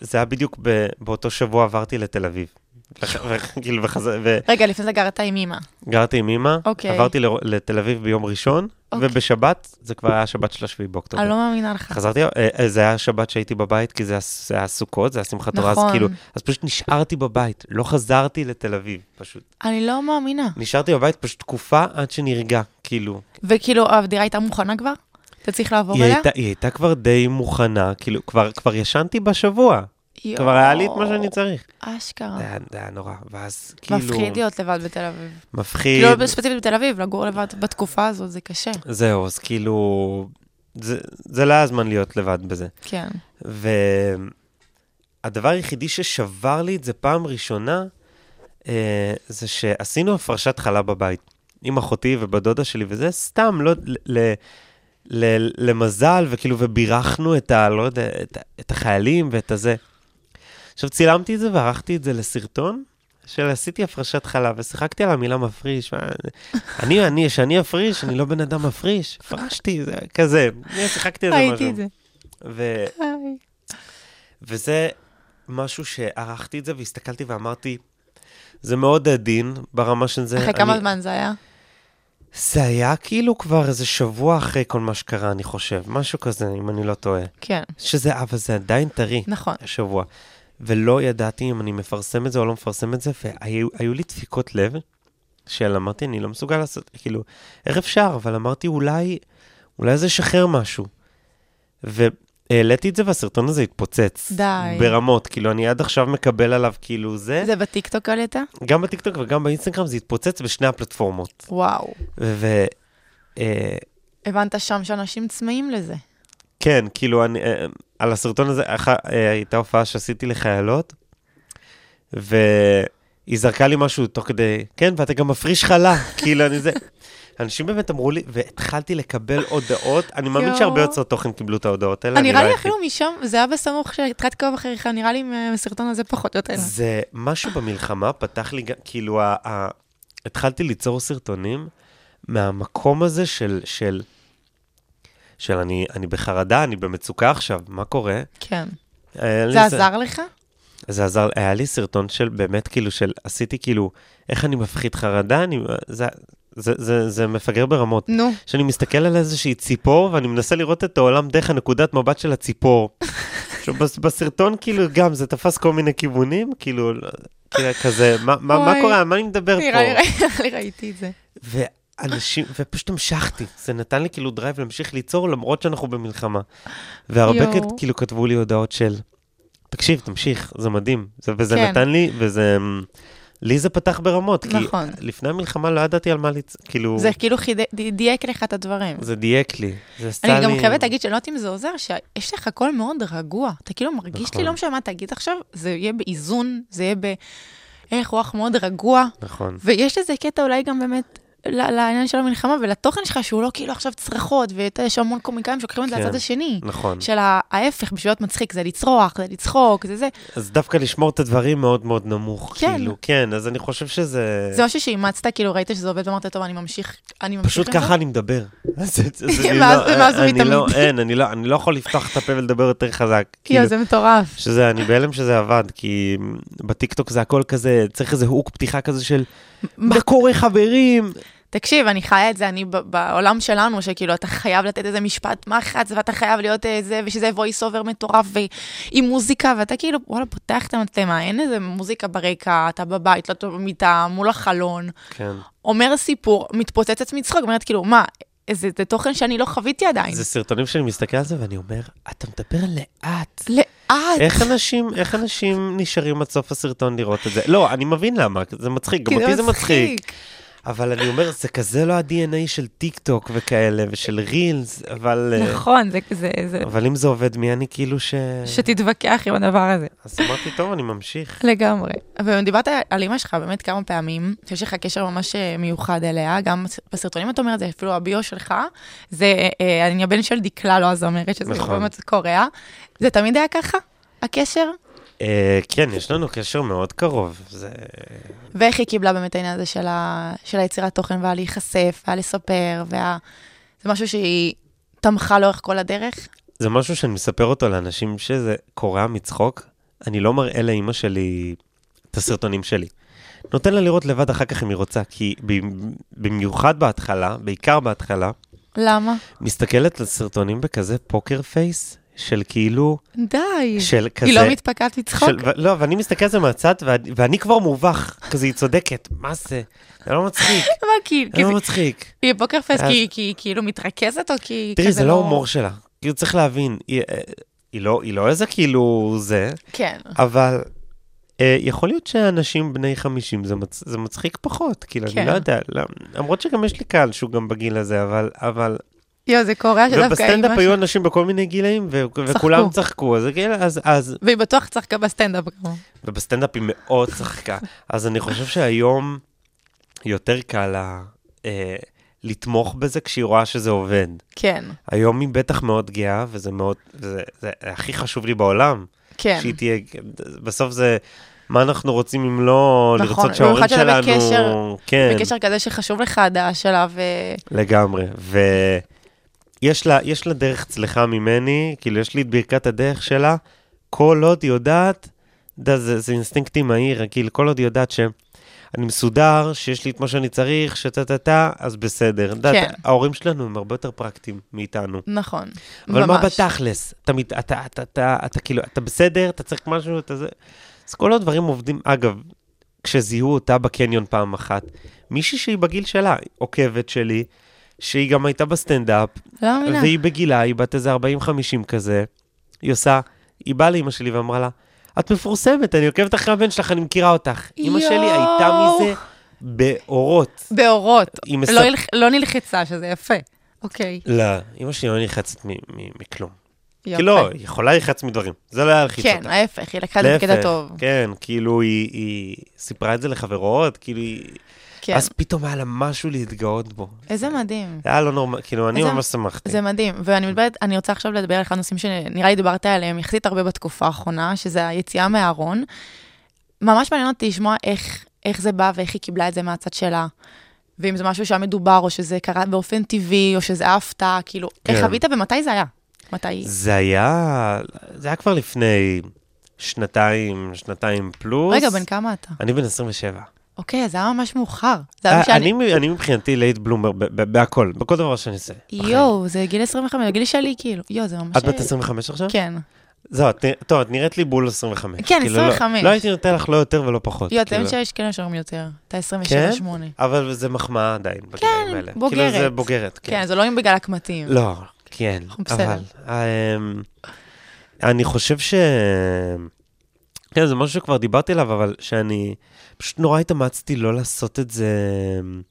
S5: וזה היה בדיוק ב- באותו שבוע עברתי לתל אביב. וכ- וכאילו, וחז-
S4: רגע, לפני זה גרת עם אמא.
S5: וגרתי עם אימא,
S4: אוקיי.
S5: עברתי ל- לתל אביב ביום ראשון,
S4: אוקיי.
S5: ובשבת, זה כבר היה שבת של השביעי באוקטובר.
S4: אני לא מאמינה לך.
S5: חזרתי, אה, אה, זה היה שבת שהייתי בבית, כי זה היה- זה היה סוכות, זה היה שמחת תורה, אז
S4: נכון.
S5: כאילו, אז פשוט נשארתי בבית, לא חזרתי לתל אביב, פשוט.
S4: אני לא מאמינה.
S5: נשארתי בבית פשוט תקופה עד שנרגע, כאילו.
S4: וכאילו, הדירה הייתה מוכנה כבר? אתה צריך לעבור
S5: היא
S4: אליה?
S5: הייתה, היא הייתה כבר די מוכנה, כאילו, כבר, כבר ישנתי בשבוע,
S4: יואו,
S5: כבר היה לי את מה שאני צריך.
S4: אשכרה.
S5: זה היה, זה היה נורא, ואז כאילו...
S4: אה. מפחיד להיות לבד בתל אביב.
S5: מפחיד.
S4: כאילו, ספציפית בתל אביב, לגור לבד בתקופה הזאת זה קשה.
S5: זהו, אז כאילו... זה, זה לא היה זמן להיות לבד בזה.
S4: כן.
S5: והדבר היחידי ששבר לי את זה פעם ראשונה, אה, זה שעשינו הפרשת חלה בבית, עם אחותי ובדודה שלי, וזה סתם, לא, ל, ל, ל, למזל, וכאילו, ובירכנו את, ה, לא יודע, את, ה- את החיילים ואת הזה. עכשיו, צילמתי את זה וערכתי את זה לסרטון. של עשיתי הפרשת חלה, ושיחקתי על המילה מפריש. מה- אני, אני, שאני אפריש, אני לא בן אדם מפריש. הפרשתי, זה כזה. אני שיחקתי על זה משהו. אה,
S4: ראיתי את זה.
S5: ו...
S4: היי.
S5: וזה משהו שערכתי את זה והסתכלתי ואמרתי, זה מאוד עדין ברמה של זה.
S4: אחרי
S5: אני-
S4: כמה זמן זה היה?
S5: זה היה כאילו כבר איזה שבוע אחרי כל מה שקרה, אני חושב, משהו כזה, אם אני לא טועה.
S4: כן.
S5: שזה, אבל זה עדיין טרי,
S4: נכון.
S5: השבוע. ולא ידעתי אם אני מפרסם את זה או לא מפרסם את זה, והיו היו לי דפיקות לב, של אמרתי, אני לא מסוגל לעשות, כאילו, איך אפשר? אבל אמרתי, אולי, אולי זה ישחרר משהו. והעליתי את זה, והסרטון הזה התפוצץ.
S4: די.
S5: ברמות, כאילו, אני עד עכשיו מקבל עליו, כאילו, זה.
S4: זה בטיקטוק עלית?
S5: גם בטיקטוק וגם באינסטגרם זה התפוצץ בשני הפלטפורמות.
S4: וואו.
S5: ו... אה,
S4: הבנת שם שאנשים צמאים לזה.
S5: כן, כאילו, אני, אה, אה, על הסרטון הזה, אח, אה, הייתה הופעה שעשיתי לחיילות, והיא זרקה לי משהו תוך כדי, כן, ואתה גם מפריש חלה, כאילו, אני זה... אנשים באמת אמרו לי, והתחלתי לקבל הודעות, אני מאמין
S4: יואו.
S5: שהרבה יוצרות תוכן קיבלו את ההודעות האלה,
S4: אני
S5: לא
S4: נראה לי
S5: היחיד.
S4: אפילו משם, זה היה בסמוך שהתחלת לעקוב אחריך, נראה לי מהסרטון הזה פחות או יותר.
S5: זה משהו במלחמה פתח לי, גם- כאילו, ה, ה, התחלתי ליצור סרטונים מהמקום הזה של, של, של אני, אני בחרדה, אני במצוקה עכשיו, מה קורה?
S4: כן.
S5: היה לי
S4: זה עזר לך?
S5: זה עזר, היה לי סרטון של באמת כאילו של עשיתי כאילו איך אני מפחית חרדה, אני, זה, זה, זה, זה מפגר ברמות.
S4: נו.
S5: שאני מסתכל על איזושהי ציפור ואני מנסה לראות את העולם דרך הנקודת מבט של הציפור. עכשיו, בס- בסרטון כאילו גם זה תפס כל מיני כיוונים, כאילו כאילו, כזה, מה, מה, מה
S4: אוי.
S5: קורה, על מה אני מדבר פה?
S4: נראה לי נראה לי ראיתי את זה.
S5: ואנשים, ופשוט המשכתי, זה נתן לי כאילו דרייב להמשיך ליצור למרות שאנחנו במלחמה. והרבה
S4: יואו.
S5: כת- כאילו כתבו לי הודעות של, תקשיב, תמשיך, זה מדהים. זה, וזה
S4: כן.
S5: נתן לי, וזה... לי זה פתח ברמות.
S4: נכון.
S5: כי לפני המלחמה לא ידעתי על מה לצ... כאילו, זה,
S4: זה כאילו חיד- די- דייק לך את הדברים.
S5: זה דייק לי. זה עשה
S4: אני
S5: לי...
S4: גם חייבת להגיד שלא יודעת אם זה עוזר, שיש לך קול מאוד רגוע. אתה כאילו מרגיש
S5: נכון.
S4: לי, לא משנה מה תגיד עכשיו, זה יהיה באיזון, זה יהיה ב... איך רוח מאוד רגוע.
S5: נכון.
S4: ויש לזה קטע אולי גם באמת ל- לעניין של המלחמה ולתוכן שלך, שהוא לא כאילו עכשיו צרחות, ואתה יודע, יש המון קומיקאים שלוקחים את זה
S5: כן.
S4: לצד השני.
S5: נכון.
S4: של ה- ההפך, בשביל להיות מצחיק, זה לצרוח, זה לצחוק, זה זה.
S5: אז דווקא לשמור את הדברים מאוד מאוד נמוך,
S4: כן.
S5: כאילו, כן, אז אני חושב שזה...
S4: זה משהו שאימצת, כאילו ראית שזה עובד, ואמרת, טוב, אני ממשיך, אני ממשיך.
S5: פשוט
S4: עם
S5: ככה
S4: זה."
S5: אני מדבר. אז- אז אני
S4: מאז-
S5: לא-
S4: מאז
S5: אני
S4: ומתמיד.
S5: לא- אין, אני לא- אני לא יכול לפתוח את הפה ולדבר יותר חזק.
S4: יואו,
S5: כאילו,
S4: זה מטורף.
S5: שזה, אני בהלם שזה עבד, כי בטיקטוק זה הכל כזה, צריך איזה הוק פתיחה כזה של, מה קורה חברים?
S4: תקשיב, אני חיה את זה, אני ב- בעולם שלנו, שכאילו, אתה חייב לתת איזה משפט מחץ, ואתה חייב להיות איזה, ושזה voice over מטורף, ועם מוזיקה, ואתה כאילו, וואלה, פותח את המצלמה, אין איזה מוזיקה ברקע, אתה בבית, לא טוב במיטה, מול החלון,
S5: כן,
S4: אומר סיפור, מתפוצצת מצחוק, אומרת, כאילו, מה, זה, זה תוכן שאני לא חוויתי עדיין.
S5: זה סרטונים שאני מסתכל על זה ואני אומר, אתה מדבר לאט.
S4: לאט.
S5: איך אנשים, איך אנשים נשארים עד סוף הסרטון לראות את זה? לא, אני מבין למה, זה מצחיק, גם
S4: כי
S5: אותי זה מצחיק. אבל אני אומר, זה כזה לא ה-DNA של טיק טוק וכאלה, ושל רילס, אבל... אה,
S4: נכון, זה כזה, זה...
S5: אבל אם זה עובד, מי אני כאילו ש...
S4: שתתווכח עם הדבר הזה.
S5: אז אמרתי, טוב, אני ממשיך.
S4: לגמרי. ודיברת על אימא שלך באמת כמה פעמים, שיש לך קשר ממש אה, מיוחד אליה, גם בסרטונים את אומרת, זה אפילו הביו שלך, זה, אה, אני הבן של דקלה, לא אז אומרת, שזה
S5: נכון.
S4: באמת קורע. זה תמיד היה ככה, הקשר?
S5: אה, כן, יש לנו קשר מאוד קרוב. זה...
S4: ואיך היא קיבלה באמת העניין הזה של, ה... של היצירת תוכן, והיה להיחשף, והיה לספר, וה... זה משהו שהיא תמכה לאורך כל הדרך?
S5: זה משהו שאני מספר אותו לאנשים שזה קורע מצחוק. אני לא מראה לאימא שלי את הסרטונים שלי. נותן לה לראות לבד אחר כך אם היא רוצה, כי ב- במיוחד בהתחלה, בעיקר בהתחלה,
S4: למה?
S5: מסתכלת על סרטונים בכזה פוקר פייס, של כאילו,
S4: די.
S5: של כזה...
S4: היא לא מתפקעת מצחוק?
S5: של, ו- לא, ואני מסתכל על זה מהצד, ואני, ואני כבר מובך, כזה, היא צודקת, מה זה? זה לא מצחיק,
S4: מה, כי...
S5: זה לא מצחיק.
S4: היא בוקר פסט
S5: אז-
S4: כי כי היא כאילו מתרכזת, או כי היא כזה
S5: תראי, זה לא ההומור שלה. כאילו, צריך להבין, היא, אה, היא, לא, היא לא איזה כאילו זה,
S4: כן.
S5: אבל אה, יכול להיות שאנשים בני 50 זה, מצ, זה מצחיק פחות, כאילו,
S4: כן.
S5: אני לא יודע, לא, למרות שגם יש לי קהל שהוא גם בגיל הזה, אבל... אבל
S4: יואו, זה קורע שדווקא אימא
S5: ובסטנדאפ היו אנשים בכל מיני גילאים, ו- וכולם צחקו, אז, כאילו, אז, אז
S4: והיא בטוח צחקה בסטנדאפ גם.
S5: ובסטנדאפ היא מאוד צחקה. אז אני חושב שהיום יותר קל לה אה, לתמוך בזה כשהיא רואה שזה עובד.
S4: כן,
S5: היום היא בטח מאוד גאה, וזה מאוד, זה, זה הכי חשוב לי בעולם.
S4: כן.
S5: שהיא תהיה, בסוף זה, מה אנחנו רוצים אם לא
S4: נכון,
S5: לרצות שההורים
S4: במיוחד שאתה
S5: שלנו...
S4: בקשר-
S5: כן,
S4: בקשר כזה שחשוב לך הדעה שלה, ו...
S5: לגמרי. ויש לה, יש לה דרך צלחה ממני, כאילו, יש לי את ברכת הדרך שלה, כל עוד היא יודעת, אתה יודע, זה, זה אינסטינקטי מהיר, כאילו, כל עוד היא יודעת ש... אני מסודר, שיש לי את מה שאני צריך, שטה-טה-טה, אז בסדר. כן.
S4: כן.
S5: ההורים שלנו הם הרבה יותר פרקטיים מאיתנו.
S4: נכון.
S5: אבל מה
S4: ממש.
S5: בתכלס? אתה, מת- אתה, אתה, אתה, אתה, אתה כאילו, אתה בסדר, אתה צריך משהו, אתה זה... אז כל הדברים עובדים. אגב, כשזיהו אותה בקניון פעם אחת, מישהי שהיא בגיל שלה, עוקבת שלי, שהיא גם הייתה בסטנדאפ,
S4: לא מאמינה.
S5: והיא בגילה, היא בת איזה 40-50 כזה, היא עושה, היא באה לאימא שלי ואמרה לה, את מפורסמת, אני עוקבת אחרי הבן שלך, אני מכירה אותך. אימא שלי הייתה
S4: יואו.
S5: מזה באורות.
S4: באורות.
S5: היא
S4: לא הלח- לא נלחצה, שזה יפה. אוקיי.
S5: לא, אימא שלי לא נלחצת מ- מ- מכלום.
S4: יפה.
S5: כי לא, היא יכולה להיחץ מדברים, זה לא היה לחיץ אותה.
S4: כן, ההפך, היא לקחה את זה בקטע
S5: להפך,
S4: טוב.
S5: כן, כאילו היא, היא סיפרה את זה לחברות, כאילו היא...
S4: כן.
S5: אז פתאום היה לה משהו להתגאות בו.
S4: איזה מדהים.
S5: זה היה לא נורמל, כאילו, אני
S4: איזה-
S5: ממש שמחתי.
S4: זה מדהים, ואני מדברת, אני רוצה עכשיו לדבר על אחד הנושאים שנראה לי דיברת עליהם יחסית הרבה בתקופה האחרונה, שזה היציאה מהארון. ממש מעניין אותי לשמוע איך, איך זה בא ואיך היא קיבלה את זה מהצד שלה. ואם זה משהו שהיה מדובר, או שזה קרה באופן טבעי, או שזה היה הפתעה, כאילו, כן. איך
S5: כן.
S4: חווית ומתי זה היה? מתי?
S5: זה היה... זה היה כבר לפני שנתיים, שנתיים פלוס.
S4: רגע, בן כמה אתה?
S5: אני בן 27.
S4: אוקיי, אז זה היה ממש מאוחר. זה היה
S5: אה,
S4: שאני...
S5: אני, אני מבחינתי לייט בלומר ב- ב- בהכל, בכל דבר שאני עושה.
S4: יואו, זה גיל 25, זה גיל שלי, כאילו. יואו, זה ממש...
S5: את בת 25 עכשיו?
S4: כן.
S5: זהו, את נראית- טוב, את נראית לי בול 25.
S4: כן,
S5: כאילו, לא-
S4: 25.
S5: לא הייתי נותן לך לא יותר ולא פחות.
S4: יואו, אתם
S5: כאילו.
S4: שיש כאלה שאומרים יותר. אתה
S5: כן?
S4: 27-8.
S5: אבל זה מחמאה עדיין, בגילאים האלה.
S4: כן, בוגרת.
S5: כאילו זה בוגרת, כן.
S4: כן, זה לא אם בגלל הקמטים.
S5: לא, כן,
S4: אנחנו בסדר.
S5: אבל... אמ, אני חושב ש... כן, זה משהו שכבר דיברתי עליו, אבל שאני פשוט נורא התאמצתי לא לעשות את זה אמ,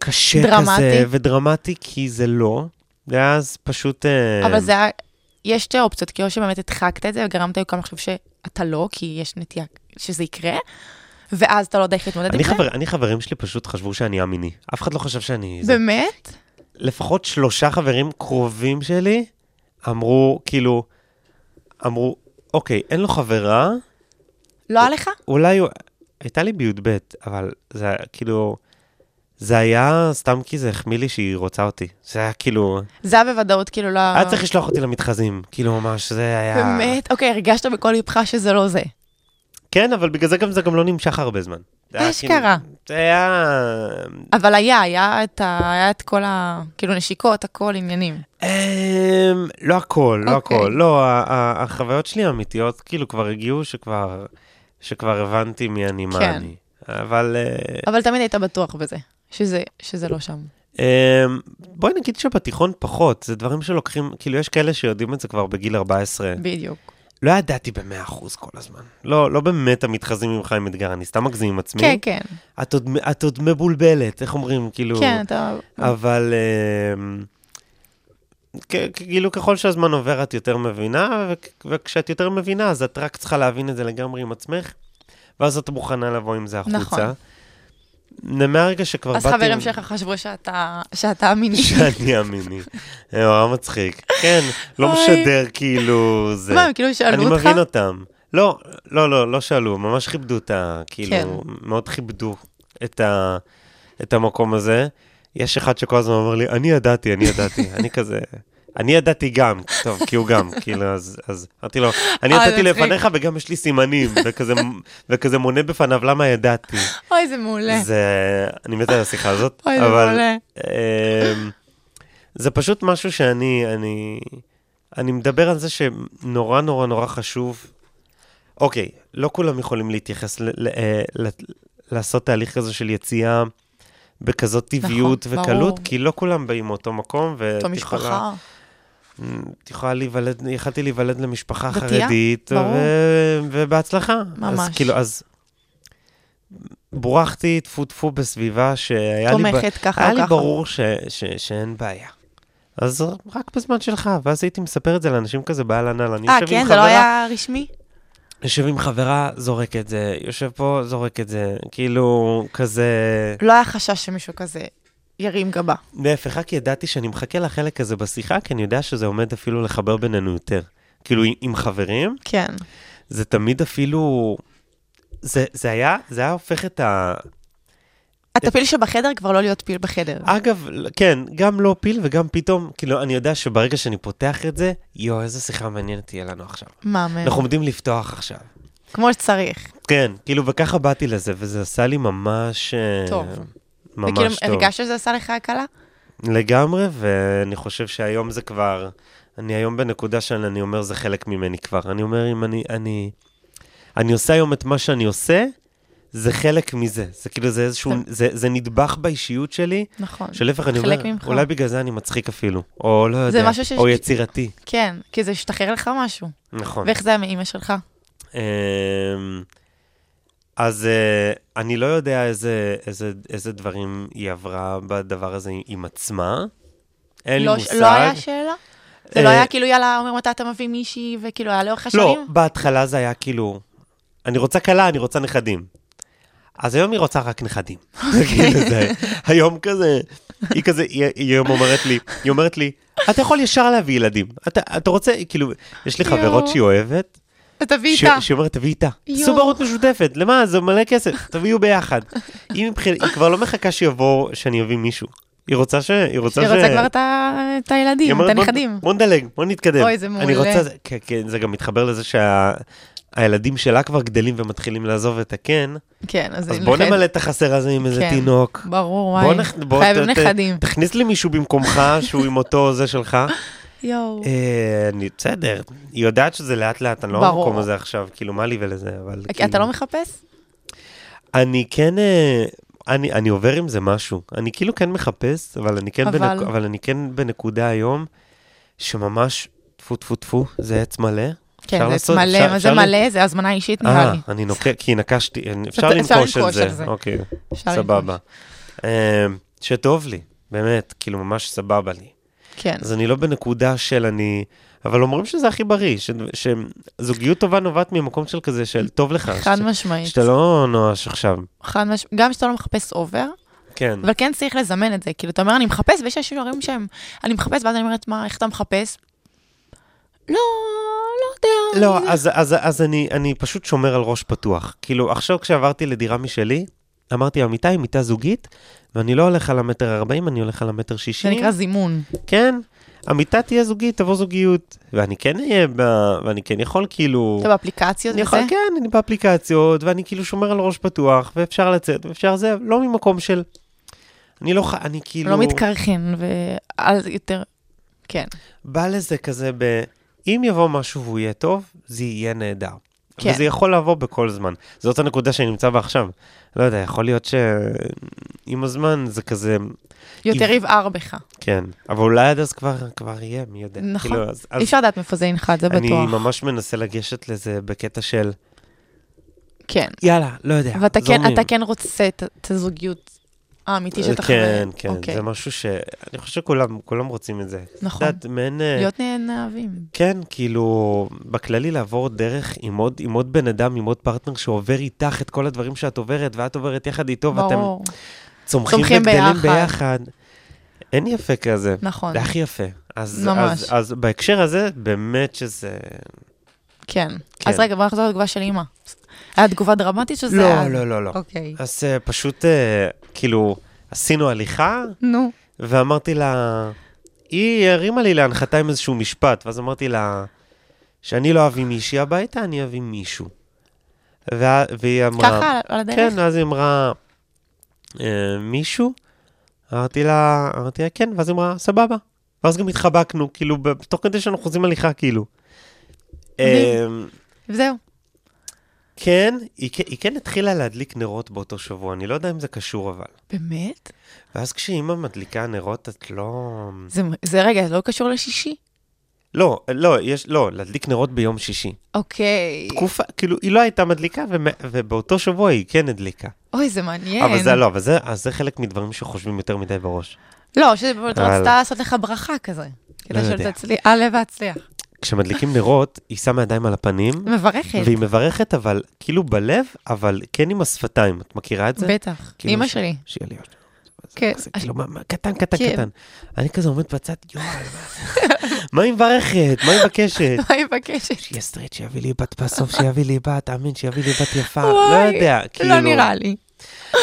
S5: קשה
S4: דרמטי.
S5: כזה ודרמטי, כי זה לא. ואז פשוט... אה,
S4: אבל זה היה, יש שתי אופציות, כי או שבאמת הדחקת את זה וגרמת לכולם לחשוב שאתה לא, כי יש נטייה שזה יקרה, ואז אתה לא יודע איך להתמודד עם
S5: אני,
S4: זה.
S5: חבר, אני חברים שלי פשוט חשבו שאני א-מיני. אף אחד לא חשב שאני... זה.
S4: באמת?
S5: לפחות שלושה חברים קרובים שלי אמרו, כאילו, אמרו, אוקיי, אין לו חברה,
S4: לא היה לך?
S5: אולי הוא... הייתה לי בי"ב, אבל זה היה, כאילו... זה היה סתם כי זה החמיא לי שהיא רוצה אותי. זה היה כאילו...
S4: זה היה בוודאות כאילו לא...
S5: היה צריך לשלוח אותי למתחזים, כאילו ממש, זה היה...
S4: באמת? אוקיי, הרגשת בכל ליבך שזה לא זה.
S5: כן, אבל בגלל זה גם זה גם לא נמשך הרבה זמן. זה היה כאילו-
S4: אשכרה.
S5: זה היה...
S4: אבל היה, היה את, ה... היה את כל ה... כאילו נשיקות, הכל עניינים.
S5: אמ, לא הכל, לא
S4: אוקיי.
S5: הכל. לא, ה- ה- החוויות שלי האמיתיות, כאילו כבר הגיעו שכבר... שכבר הבנתי מי אני, מה
S4: כן.
S5: אני. אבל... אה,
S4: אבל תמיד היית בטוח בזה, שזה, שזה לא שם.
S5: אמ, בואי נגיד שבתיכון פחות, זה דברים שלוקחים, כאילו יש כאלה שיודעים את זה כבר בגיל 14.
S4: בדיוק.
S5: לא ידעתי ב-100% כל הזמן. לא, לא באמת המתחזים ממך עם אתגר, אני סתם מגזים עם עצמי.
S4: כן, כן,
S5: את עוד, את עוד מבולבלת, איך אומרים, כאילו...
S4: כן, אתה...
S5: אבל אמ, כ- כאילו ככל שהזמן עובר את יותר מבינה, וכ- וכשאת יותר מבינה אז את רק צריכה להבין את זה לגמרי עם עצמך, ואז את מוכנה לבוא עם זה החוצה.
S4: נכון.
S5: ומהרגע שכבר
S4: אז
S5: באתי...
S4: חברים
S5: עם-
S4: שלך חשבו שאתה, שאתה אמיני.
S5: שאני אמיני. זה נורא מצחיק. כן, לא
S4: אוי.
S5: משדר כאילו זה.
S4: מה, הם כאילו שאלו
S5: אני
S4: אותך?
S5: מבין אותם. לא, לא, לא, לא שאלו, ממש כיבדו את ה...
S4: כן.
S5: כאילו, מאוד כיבדו את ה... את המקום הזה. יש אחד שכל הזמן אומר לי, אני ידעתי, אני ידעתי, אני כזה... אני ידעתי גם, טוב, כי הוא גם, כאילו, אז, אז אמרתי לו, אני
S4: אה, זה
S5: ידעתי
S4: מצחיק.
S5: לפניך וגם יש לי סימנים, וכזה, וכזה מונה בפניו למה ידעתי.
S4: אוי, זה מעולה.
S5: זה... אני מת על השיחה הזאת,
S4: אוי, זה
S5: אבל...
S4: מעולה.
S5: אמ, זה פשוט משהו שאני, אני, אני מדבר על זה שנורא נורא נורא חשוב. אוקיי, לא כולם יכולים להתייחס, ל, ל, אה, ל, לעשות תהליך כזה של יציאה בכזאת טבעיות
S4: נכון,
S5: וקלות,
S4: ברור.
S5: כי לא כולם באים מאותו מקום. ואת
S4: אותו
S5: יכולה-
S4: משפחה.
S5: את יכולה להיוולד, יכלתי להיוולד למשפחה
S4: דתייה,
S5: חרדית,
S4: ברור.
S5: ו... ובהצלחה. אז
S4: ממש.
S5: כאילו, אז בורחתי טפו טפו בסביבה שהיה לי... ב-
S4: תומכת ככה
S5: היה
S4: או
S5: לי
S4: ככה.
S5: ברור ש... ש... שאין בעיה. אז רק בזמן שלך, ואז הייתי מספר את זה לאנשים כזה באהלן אהלן. אני
S4: אה,
S5: יושב עם
S4: כן, זה לא
S5: חברה-
S4: היה רשמי?
S5: יושב עם חברה, זורק את זה, יושב פה, זורק את זה, כאילו, כזה...
S4: לא היה חשש שמישהו כזה ירים גבה.
S5: להפך, רק ידעתי שאני מחכה לחלק הזה בשיחה, כי אני יודע שזה עומד אפילו לחבר בינינו יותר. כאילו, עם חברים,
S4: כן.
S5: אה, זה תמיד אפילו... זה, זה, היה, זה היה הופך את ה...
S4: הטפיל שבחדר כבר לא להיות פיל בחדר.
S5: אגב, כן, גם לא פיל וגם פתאום, כאילו, אני יודע שברגע שאני פותח את זה, יואו, איזה שיחה מעניינת תהיה לנו עכשיו.
S4: מאמן.
S5: אנחנו עומדים לפתוח עכשיו.
S4: כמו שצריך.
S5: כן, כאילו, וככה באתי לזה, וזה עשה לי ממש... אה,
S4: טוב.
S5: ממש
S4: וכאילו,
S5: טוב.
S4: כאילו, הרגשת שזה עשה לך הקלה?
S5: לגמרי, ואני חושב שהיום זה כבר... אני היום בנקודה שאני אומר, זה חלק ממני כבר. אני אומר, אם אני... אני, אני עושה היום את מה שאני עושה, זה חלק מזה. זה כאילו, זה איזשהו... זה, זה נדבך באישיות שלי,
S4: נכון.
S5: שלהפך, אני
S4: חלק
S5: אומר,
S4: ממך.
S5: אולי בגלל זה אני מצחיק אפילו, או לא יודע,
S4: משהו שיש-
S5: או יצירתי.
S4: כן, כי זה השתחרר לך משהו.
S5: נכון.
S4: ואיך זה היה מאימא שלך?
S5: אמ, אז אה, אני לא יודע איזה, איזה, איזה דברים היא עברה בדבר הזה עם עצמה. אין
S4: לא
S5: לי מושג.
S4: לא היה שאלה? זה לא
S5: אה,
S4: היה כאילו, יאללה, אומר מתי אתה מביא מישהי, וכאילו, היה לאורך
S5: לא,
S4: השנים?
S5: בהתחלה זה היה כאילו, אני רוצה כלה, אני רוצה נכדים. אז היום היא רוצה רק נכדים.
S4: אוקיי.
S5: כאילו זה- היום כזה, היא כזה, היא היא היום אומרת לי, היא אומרת לי, אתה יכול ישר להביא ילדים. אתה אתה רוצה, כאילו, יש לי חברות
S4: יואו.
S5: שהיא אוהבת,
S4: תביא
S5: ש-
S4: איתה.
S5: שהיא אומרת, תביא איתה.
S4: יואו.
S5: עשו בערות משותפת, למה? זה מלא כסף, תביאו ביחד. היא מבחינת, היא כבר לא מחכה שיבוא, שאני אביא מישהו. היא רוצה ש... היא רוצה
S4: היא
S5: ש...
S4: רוצה כבר את ה- את הילדים, את
S5: אומרת, "בוא-
S4: הנכדים.
S5: בוא נדלג, בוא נתקדם.
S4: אוי, זה מעולה.
S5: אני רוצה... זה- כן, כן, זה גם מתחבר לזה שה... הילדים שלה כבר גדלים ומתחילים לעזוב את הקן,
S4: כן, אז
S5: אז
S4: היא
S5: בוא
S4: נכד-
S5: נמלא את החסר הזה עם איזה
S4: כן.
S5: תינוק.
S4: ברור,
S5: בוא
S4: וואי.
S5: נח- בוא
S4: חייבים
S5: ת- ת-
S4: נכדים.
S5: תכניס לי מישהו במקומך שהוא עם אותו זה שלך.
S4: יואו.
S5: אה, אני בסדר, היא יודעת שזה לאט לאט, אני לא
S4: ברור.
S5: במקום הזה עכשיו, כאילו מה לי ולזה, אבל...
S4: אתה
S5: כאילו-
S4: לא מחפש?
S5: אני כן, אה, אני, אני עובר עם זה משהו. אני כאילו כן מחפש, אבל אני כן, אבל... בנק,
S4: אבל?
S5: אבל אני כן בנקודה היום שממש, טפו טפו טפו, זה עץ מלא. אפשר
S4: כן, זה
S5: לעשות-
S4: מלא,
S5: אפשר-
S4: מה זה
S5: אפשר
S4: מלא? זה הזמנה אישית, נראה
S5: אה,
S4: לי.
S5: אני נוקה, כי נקשתי, אני- אפשר
S4: אפשר
S5: לנקוש על
S4: לנקוש על
S5: זה,
S4: זה.
S5: אוקיי,
S4: אפשר לנקוש.
S5: סבבה. אה, שטוב לי, באמת, כאילו ממש סבבה לי.
S4: כן.
S5: אז אני לא בנקודה של אני... אבל אומרים שזה הכי בריא, ש- שזוגיות טובה נובעת ממקום של כזה של טוב לך.
S4: חד
S5: ש-
S4: משמעית.
S5: שאתה לא נואש עכשיו.
S4: חד משמעית. גם שאתה לא מחפש אובר,
S5: כן.
S4: אבל כן צריך לזמן את זה. כאילו, אתה אומר, אני מחפש, ויש יש דברים שהם, אני מחפש, ואז אני אומרת, מה, איך אתה מחפש? לא, לא יודע.
S5: לא, אז, אז, אז אני, אני פשוט שומר על ראש פתוח. כאילו, עכשיו כשעברתי לדירה משלי, אמרתי, המיטה היא מיטה זוגית, ואני לא הולך על המטר 40, אני הולך על המטר 60.
S4: זה נקרא זימון.
S5: כן, המיטה תהיה זוגית, תבוא זוגיות. ואני כן אהיה ב... ואני כן יכול, כאילו...
S4: אתה באפליקציות
S5: אני יכול,
S4: וזה?
S5: כן, אני באפליקציות, ואני כאילו שומר על ראש פתוח, ואפשר לצאת, ואפשר זה, לא ממקום של... אני לא ח... אני כאילו...
S4: לא מתקרחן, ואז יותר... כן.
S5: בא לזה כזה ב... אם יבוא משהו והוא יהיה טוב, זה יהיה נהדר. כן.
S4: כן.
S5: וזה יכול לבוא בכל זמן. זאת הנקודה שאני נמצא בה עכשיו. לא יודע, יכול להיות ש... עם הזמן זה כזה...
S4: יותר
S5: אם-
S4: יבער בך.
S5: כן. אבל אולי עד אז כבר, כבר יהיה, מי יודע. כאילו,
S4: נכון.
S5: אז,
S4: אי אפשר לדעת מאיפה זה ינחת, זה
S5: אני
S4: בטוח.
S5: ממש מנסה לגשת לזה בקטע של,
S4: כן.
S5: יאללה, לא יודע,
S4: ואתה כן,
S5: זורמים.
S4: אתה כן רוצה את- את הזוגיות האמיתית שאתה חווה.
S5: כן, כן,
S4: אוקיי.
S5: זה משהו שאני חושב שכולם, כולם רוצים את זה.
S4: נכון.
S5: את יודעת, מעין... אה,
S4: להיות נאהבים.
S5: כן, כאילו, בכללי לעבור דרך עם עוד, עם עוד בן אדם, עם עוד פרטנר שעובר איתך את כל הדברים שאת עוברת, ואת עוברת יחד איתו, ואתם
S4: ברור.
S5: צומחים
S4: צומחים
S5: וגדלים
S4: ביחד.
S5: ביחד. אין יפה כזה.
S4: נכון.
S5: זה הכי יפה. אז,
S4: ממש.
S5: אז, אז בהקשר הזה, באמת שזה...
S4: כן.
S5: כן.
S4: אז רגע, בוא נחזור לתגובה של אימא. היה תגובה דרמטית שזה... היה-
S5: לא, לא, לא, לא.
S4: אוקיי.
S5: אז אה, פשוט, אה, כאילו, עשינו הליכה,
S4: נו.
S5: ואמרתי לה, היא הרימה לי להנחתה עם איזשהו משפט, ואז אמרתי לה, שאני לא אביא מישהי הביתה, אני אביא מישהו. וה, והיא אמרה...
S4: ככה, על הדרך?
S5: כן, ואז היא אמרה, אה, מישהו? אמרתי לה, אמרתי לה, כן, ואז היא אמרה, סבבה. ואז גם התחבקנו, כאילו, ב- תוך כדי שאנחנו חוזים הליכה, כאילו. אה,
S4: וזהו.
S5: כן, היא כן- היא כן התחילה להדליק נרות באותו שבוע, אני לא יודע אם זה קשור אבל.
S4: באמת?
S5: ואז כשאימא מדליקה נרות, את לא...
S4: זה- זה רגע, זה לא קשור לשישי?
S5: לא, לא, יש, לא, להדליק נרות ביום שישי.
S4: אוקיי.
S5: תקופה, כאילו, היא לא הייתה מדליקה, ומא- ובאותו שבוע היא כן הדליקה.
S4: אוי, זה מעניין.
S5: אבל זה לא, אבל זה, אז זה חלק מדברים שחושבים יותר מדי בראש.
S4: לא, שזה באמת
S5: אבל-
S4: רצתה לעשות לך ברכה כזה. כדי
S5: לא יודע.
S4: שתצליח, הלב והצליח.
S5: כשמדליקים נרות, היא שמה ידיים על הפנים,
S4: מברכת,
S5: והיא מברכת, אבל כאילו בלב, אבל כן עם השפתיים. את מכירה את זה?
S4: בטח.
S5: כאילו
S4: אימא
S5: ש-
S4: שלי.
S5: שיהיה לי עוד.
S4: כן.
S5: זה כאילו, מה- מה- קטן, קטן,
S4: כן.
S5: קטן. אני כזה עומד בצד, יואי, מה- מה היא מברכת? מה היא מבקשת?
S4: מה היא מבקשת?
S5: שיהיה סטריט, שיביא לי בת בסוף, שיביא לי בת, אמין, שיביא לי בת יפה. לא
S4: וואי,
S5: יודע, כאילו...
S4: לא נראה לי.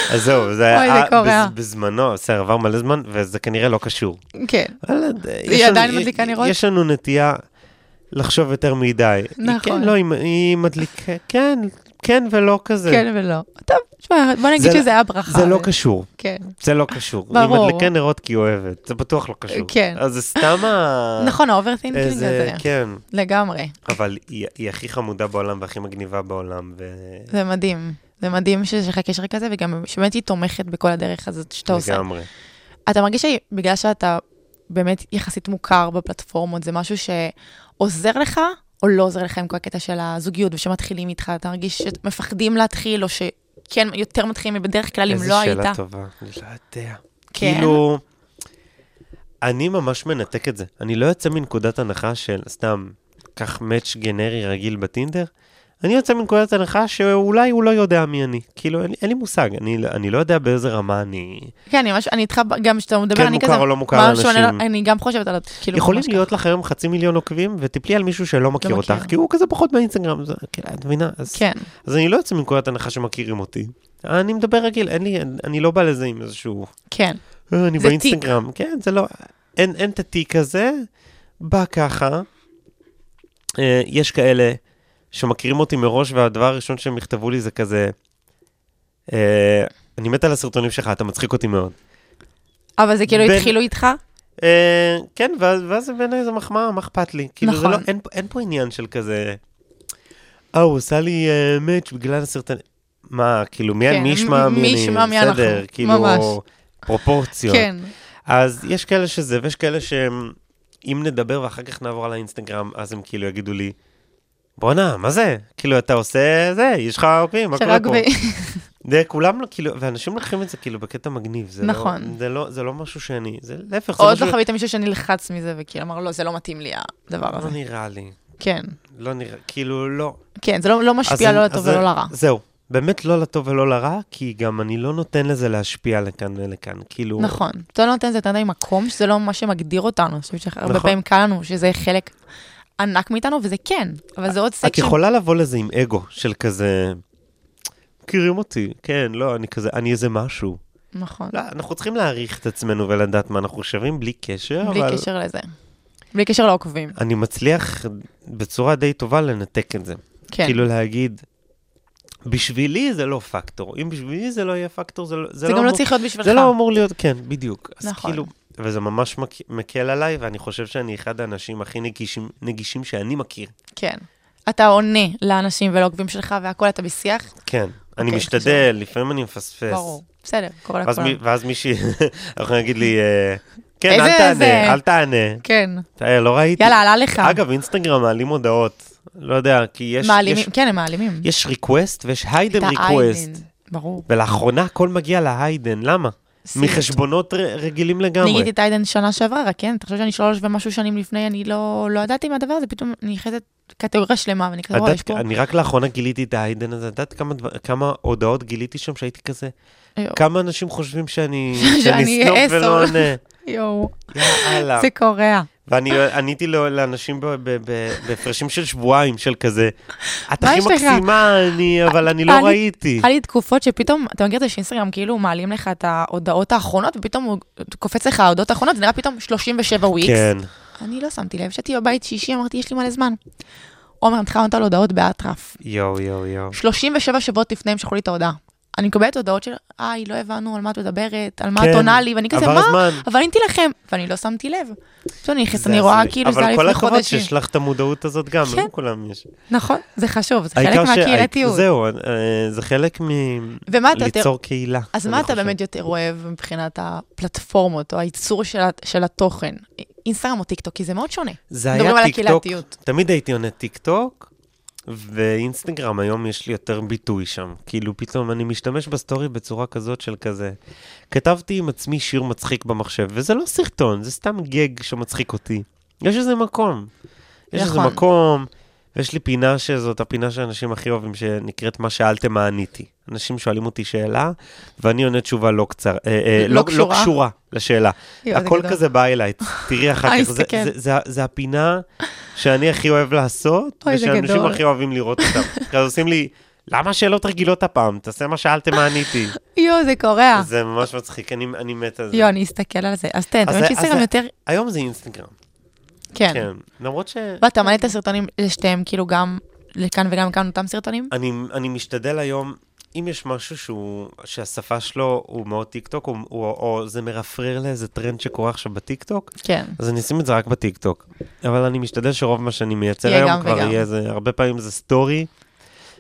S5: אז זהו, זה
S4: אוי, זה
S5: היה
S4: קורע.
S5: בז- בזמנו, בסדר, עבר מלא זמן, וזה כנראה לא קשור.
S4: כן.
S5: אבל, אה, יש
S4: עדיין
S5: לנו-
S4: מדליקה נרות?
S5: יש לנו נטייה לחשוב יותר מדי. היא
S4: נכון.
S5: כן, לא, היא- היא מדליקה, כן, כן ולא כזה.
S4: כן ולא. טוב, תשמע, בוא נגיד
S5: זה-
S4: שזה היה ברכה.
S5: זה לא קשור,
S4: כן.
S5: זה לא קשור. היא
S4: ברור.
S5: מדליקה נרות כי היא אוהבת, זה בטוח לא קשור.
S4: כן.
S5: אז זה סתם ה...
S4: נכון, האוברטינקינג הזה.
S5: איזה, אה, כן,
S4: לגמרי.
S5: אבל היא היא הכי חמודה בעולם והכי מגניבה בעולם, ו-
S4: זה מדהים. זה מדהים שיש לך קשר כזה, וגם שבאמת היא תומכת בכל הדרך הזאת שאתה עושה.
S5: לגמרי.
S4: אתה מרגיש שבגלל שאתה באמת יחסית מוכר בפלטפורמות, זה משהו שעוזר לך, או לא עוזר לך עם כל הקטע של הזוגיות, ושמתחילים איתך, אתה מרגיש שמפחדים להתחיל, או שכן, יותר מתחילים מבדרך כלל אם לא היית.
S5: איזה שאלה טובה, אני לא יודע.
S4: כן.
S5: כאילו, אני ממש מנתק את זה. אני לא יוצא מנקודת הנחה של סתם, קח מאץ' גנרי רגיל בטינדר. אני יוצא מנקודת הנחה שאולי הוא לא יודע מי אני. כאילו, אין, לי- אין לי מושג, אני, לא- אני לא יודע באיזה רמה אני...
S4: כן, אני ממש, אני איתך, ב- גם כשאתה מדבר,
S5: כן,
S4: אני
S5: מוכר
S4: כזה,
S5: או לא מוכר
S4: ממש עונה
S5: לאנשים.
S4: לו- אני גם חושבת על, כאילו,
S5: יכולים
S4: ממש
S5: להיות לך היום חצי מיליון עוקבים, ותפלי על מישהו שלא מכיר
S4: לא
S5: אותך,
S4: מכיר.
S5: כי הוא כזה פחות באינסטגרם, זה, כאילו, את מבינה? אז,
S4: ככה. כן,
S5: אז אני לא יוצא מנקודת הנחה שמכירים אותי. אני מדבר רגיל, אין לי, אני לא בא לזה עם איזשהו...
S4: כן,
S5: אה, אני
S4: זה
S5: באינסטגרם. כן, זה לא... אין, אין את התיק הזה, בא ככה. אה, יש כאלה שמכירים אותי מראש, והדבר הראשון שהם יכתבו לי זה כזה, אה, אני מת על הסרטונים שלך, אתה מצחיק אותי מאוד.
S4: אבל זה כאילו
S5: בין-
S4: התחילו איתך?
S5: אה, כן, ואז, ואז זה בעיניי זה מחמאה, מה אכפת לי? כאילו, זה
S4: נכון.
S5: לא, אין, פה- אין פה עניין של כזה, אה, הוא עשה לי אה, מאץ' בגלל הסרטון. מה, כאילו, מי,
S4: כן,
S5: מי ישמע
S4: מ-
S5: מי
S4: מי
S5: אני?
S4: ישמע מי
S5: בסדר,
S4: אנחנו,
S5: כאילו,
S4: ממש.
S5: פרופורציות.
S4: כן,
S5: אז יש כאלה שזה, ויש כאלה שהם, אם נדבר ואחר כך נעבור על האינסטגרם, אז הם כאילו יגידו לי, בואנה, מה זה? כאילו, אתה עושה זה, יש לך עוקבים, מה קורה
S4: שרק
S5: פה?
S4: ב-
S5: זה כולם, כאילו, ואנשים לוקחים את זה כאילו בקטע מגניב. זה לא-
S4: נכון.
S5: זה לא- זה לא משהו שאני, זה להפך, זה
S4: עוד
S5: משהו...
S4: לא חווית מישהו שנלחץ מזה, וכאילו אמר, לא, זה לא מתאים לי הדבר הזה.
S5: לא נראה לי.
S4: כן,
S5: לא נראה, כאילו, לא.
S4: כן, זה לא לא משפיע
S5: אז-
S4: לא
S5: אז
S4: לטוב
S5: זה-
S4: ולא לרע.
S5: זהו. באמת לא לטוב ולא לרע, כי גם אני לא נותן לזה להשפיע לכאן ולכאן. כאילו...
S4: נכון. אתה לא נותן לזה יותר מדי מקום, שזה לא מה שמגדיר אותנו. אני חושבת שהרבה
S5: נכון.
S4: פעמים קל לנו שזה חלק ענק מאיתנו, וזה כן, אבל זה עוד
S5: את
S4: סקשן.
S5: יכולה לבוא לזה עם אגו של כזה... מכירים אותי, כן, לא, אני כזה, אני איזה משהו.
S4: נכון.
S5: לא, אנחנו צריכים להעריך את עצמנו ולדעת מה אנחנו שווים בלי קשר,
S4: בלי
S5: לא, אבל
S4: קשר לזה. בלי קשר לעוקבים.
S5: אני מצליח בצורה די טובה לנתק את זה.
S4: כן.
S5: כאילו להגיד, בשבילי זה לא פקטור. אם בשבילי זה לא יהיה פקטור, זה, לא-
S4: זה
S5: לא
S4: גם לא
S5: אמור-
S4: צריך להיות בשבילך.
S5: זה לא אמור להיות, כן, בדיוק. אז
S4: נכון.
S5: כאילו, וזה ממש מק- מקל עליי, ואני חושב שאני אחד האנשים הכי נגישים, נגישים שאני מכיר.
S4: כן. אתה עונה לאנשים ולעוקבים שלך והכול, אתה בשיח?
S5: כן. אני
S4: אוקיי,
S5: משתדל, לפעמים אני מפספס.
S4: ברור. בסדר, קורה
S5: ואז, מי,
S4: לכולם.
S5: ואז מישהי, אנחנו נגיד לי, אה, כן,
S4: איזה-
S5: אל
S4: זה-
S5: תענה, אל תענה.
S4: כן.
S5: אה, לא ראיתי.
S4: יאללה, עלה לך.
S5: אגב, אינסטגרם מעלים הודעות. לא יודע, כי יש...
S4: מעלימים,
S5: יש,
S4: כן, הם מעלימים.
S5: יש ריקווסט ויש היידן
S4: את
S5: ריקווסט.
S4: האיידן, ברור.
S5: ולאחרונה הכל מגיע להיידן, למה?
S4: סיוט.
S5: מחשבונות ר- רגילים
S4: אני
S5: לגמרי.
S4: גיליתי את איידן שנה שעברה, רק כן, אתה חושב שאני שלוש ומשהו שנים לפני, אני לא לא ידעתי מהדבר הזה, פתאום אני נכנסת קטגוריה שלמה, ואני כזה,
S5: את
S4: וואי, יש
S5: יודעת,
S4: פה...
S5: אני רק לאחרונה גיליתי את ההיידן הזה, את יודעת כמה דבר- כמה הודעות גיליתי שם שהייתי כזה?
S4: יואו,
S5: כמה אנשים חושבים שאני
S4: לא. שאני
S5: שאני סנוב
S4: אסול.
S5: ולא עונה?
S4: יואו,
S5: יאללה.
S4: זה קורע.
S5: ואני לא- עניתי לו- לאנשים ב- ב- ב- בהפרשים של שבועיים, של כזה, את
S4: מה
S5: הכי
S4: יש לך?"
S5: מקסימה, אני, אבל אני לא
S4: אני-
S5: ראיתי.
S4: היה לי תקופות שפתאום, אתה מכיר את זה שאינסטגרם כאילו מעלים לך את ההודעות האחרונות, ופתאום הוא קופץ לך ההודעות האחרונות, זה נראה פתאום 37 וויקס.
S5: כן,
S4: אני לא שמתי לב, ישבתי בבית שישי, אמרתי, יש לי מלא זמן. עומר, אני צריכה לענות על הודעות באטרף.
S5: יואו, יואו, יואו.
S4: 37 שבועות לפני הם שלחו לי את ההודעה. אני מקבלת הודעות של, היי, לא הבנו על מה את מדברת, על מה
S5: כן,
S4: את עונה לי, ואני כזה,
S5: עבר
S4: מה?
S5: הזמן."
S4: אבל עניתי לכם, ואני לא שמתי לב. פתאום אני נכנסת,
S5: זה
S4: אני רואה
S5: הזוי.
S4: כאילו זה היה לפני
S5: אבל כל הכבוד
S4: חודשים.
S5: שיש לך את המודעות הזאת גם,
S4: כן.
S5: לא לכולם יש.
S4: נכון, זה חשוב, זה
S5: העיקר
S4: חלק
S5: שה-
S4: מהקהילתיות.
S5: זהו, אה, זה חלק מ-
S4: ומה אתה יותר-
S5: ליצור לא קהילה.
S4: אז
S5: אני
S4: מה אתה
S5: חושב.
S4: באמת יותר אוהב מבחינת הפלטפורמות, או הייצור של ה- של התוכן? אינסטגרם או טיקטוק, כי זה מאוד שונה.
S5: זה
S4: מדברים על
S5: היה טיקטוק,
S4: הקהילתיות.
S5: תמיד הייתי עונה טיקטוק, ואינסטגרם היום יש לי יותר ביטוי שם. כאילו פתאום אני משתמש בסטורי בצורה כזאת של כזה. כתבתי עם עצמי שיר מצחיק במחשב, וזה לא סרטון, זה סתם גג שמצחיק אותי. יש איזה מקום. יש איזה
S4: נכון.
S5: מקום, ויש לי פינה שזאת הפינה שאנשים הכי אוהבים, שנקראת מה שאלתם מה עניתי. אנשים שואלים אותי שאלה, ואני עונה תשובה לא קצר, אה, אה,
S4: לא
S5: לא, לא
S4: קשורה.
S5: קשורה לשאלה.
S4: יואו, זה
S5: הכל
S4: גדול.
S5: כזה באיילייט, תראי אחר
S4: אה,
S5: כך, זה,
S4: הסתכל.
S5: זה, זה, זה הפינה שאני הכי אוהב לעשות,
S4: אוי, זה
S5: ושאנשים
S4: גדול.
S5: הכי אוהבים לראות אותם. כזה עושים לי, למה שאלות רגילות הפעם? תעשה מה שאלתם מה עניתי.
S4: יואו, זה קורע.
S5: זה ממש מצחיק, אני, אני מת על זה.
S4: אה. יואו, אני אסתכל על זה. אז תן, אתה
S5: אז
S4: אומר
S5: זה-
S4: שאינסטגרם
S5: אז
S4: יותר...
S5: היום זה אינסטגרם,
S4: כן.
S5: כן. למרות ש...
S4: ואתה מעלה את הסרטונים לשתיהם, כאילו גם לכאן וגם כאן אותם סרטונים?
S5: אני, אני משתדל היום, אם יש משהו שהוא, שהשפה שלו הוא מאוד טיקטוק, הוא, הוא, או זה מרפרר לאיזה טרנד שקורה עכשיו בטיקטוק,
S4: כן.
S5: אז אני אשים את זה רק בטיקטוק. אבל אני משתדל שרוב מה שאני מייצר
S4: יהיה
S5: היום
S4: גם
S5: כבר
S4: וגם.
S5: יהיה איזה, הרבה פעמים זה סטורי,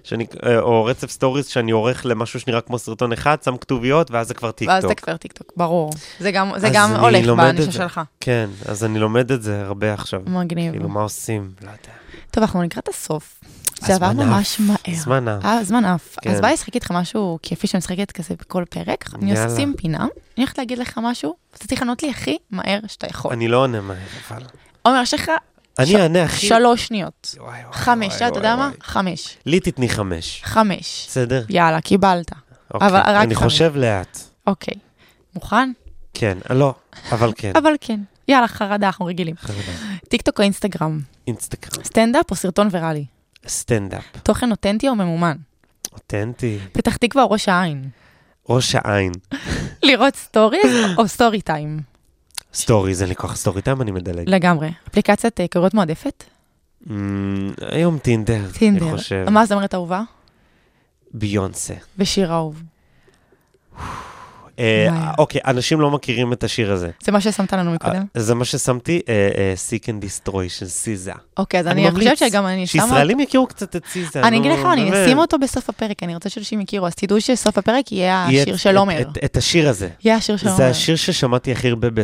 S5: שאני, אה, או רצף סטוריס שאני עורך למשהו שנראה כמו סרטון אחד, שם כתוביות, ואז זה כבר טיקטוק.
S4: ואז אתה כבר טיקטוק, ברור. זה גם, זה
S5: אז
S4: גם
S5: אני
S4: הולך
S5: לומד את
S4: בענישה
S5: זה.
S4: שלך.
S5: כן, אז אני לומד את זה הרבה עכשיו.
S4: מגניב.
S5: כאילו, מה עושים? לא יודע.
S4: טוב, אנחנו לקראת הסוף. זה עבר
S5: הזמן
S4: ממש
S5: עף.
S4: מהר.
S5: הזמן עף.
S4: אה, הזמן עף.
S5: כן.
S4: אז בא לי לשחק איתך משהו כיפי שאני משחקת כזה בכל פרק. אני
S5: יאללה.
S4: עושים פינה, אני הולכת להגיד לך משהו, אתה צריך לענות לי הכי מהר שאתה יכול.
S5: אני לא עונה מהר, אבל...
S4: עומר, יש לך ש-
S5: אני אענה הכי...
S4: שלוש שניות.
S5: וואי, וואי,
S4: חמש, אה,
S5: וואי,
S4: אתה יודע
S5: וואי,
S4: מה?
S5: וואי.
S4: חמש.
S5: לי תתני חמש,
S4: חמש.
S5: בסדר?
S4: יאללה, קיבלת.
S5: אוקיי.
S4: אבל רק
S5: אני
S4: חמש.
S5: חושב לאט.
S4: אוקיי. מוכן?
S5: כן, לא, אבל כן.
S4: אבל כן. יאללה, חרדה, אנחנו רגילים.
S5: חרדה.
S4: טיקטוק או אינסטגרם?
S5: אינסטגרם,
S4: סטנדאפ או סרטון ויראלי?
S5: סטנדאפ,
S4: תוכן אותנטי או ממומן?
S5: אותנטי,
S4: פתח תקווה או ראש העין?
S5: ראש העין,
S4: לראות סטוריז או סטורי טיים?
S5: סטוריז, אין לי כוח סטורי טיים, אני מדלג.
S4: לגמרי. אפליקציית אה, היכרות מועדפת?
S5: אמ, היום טינדר,
S4: טינדר.
S5: אני חושב. אה,
S4: מה זמרת אהובה?
S5: ביונסה.
S4: ושיר אהוב.
S5: אה,
S4: וואי.
S5: אוקיי, אנשים לא מכירים את השיר הזה.
S4: זה מה ששמת לנו מקודם.
S5: אה, זה מה ששמתי, אה, אה, Seek and Destroy של סיזה.
S4: אוקיי, אז אני
S5: ממליץ
S4: חושבת שגם אני שמה... אותו.
S5: שישראלים יכירו קצת את סיזה.
S4: אני
S5: נו,
S4: אגיד לך, אני
S5: באמת.
S4: אשים אותו בסוף הפרק, אני רוצה שאנשים יכירו, אז תדעו שסוף הפרק יהיה
S5: יהיה
S4: השיר
S5: את-
S4: של עומר.
S5: את- את- את השיר הזה.
S4: יהיה השיר של עומר.
S5: זה השיר אה. ששמעתי הכי הרבה ב-2023.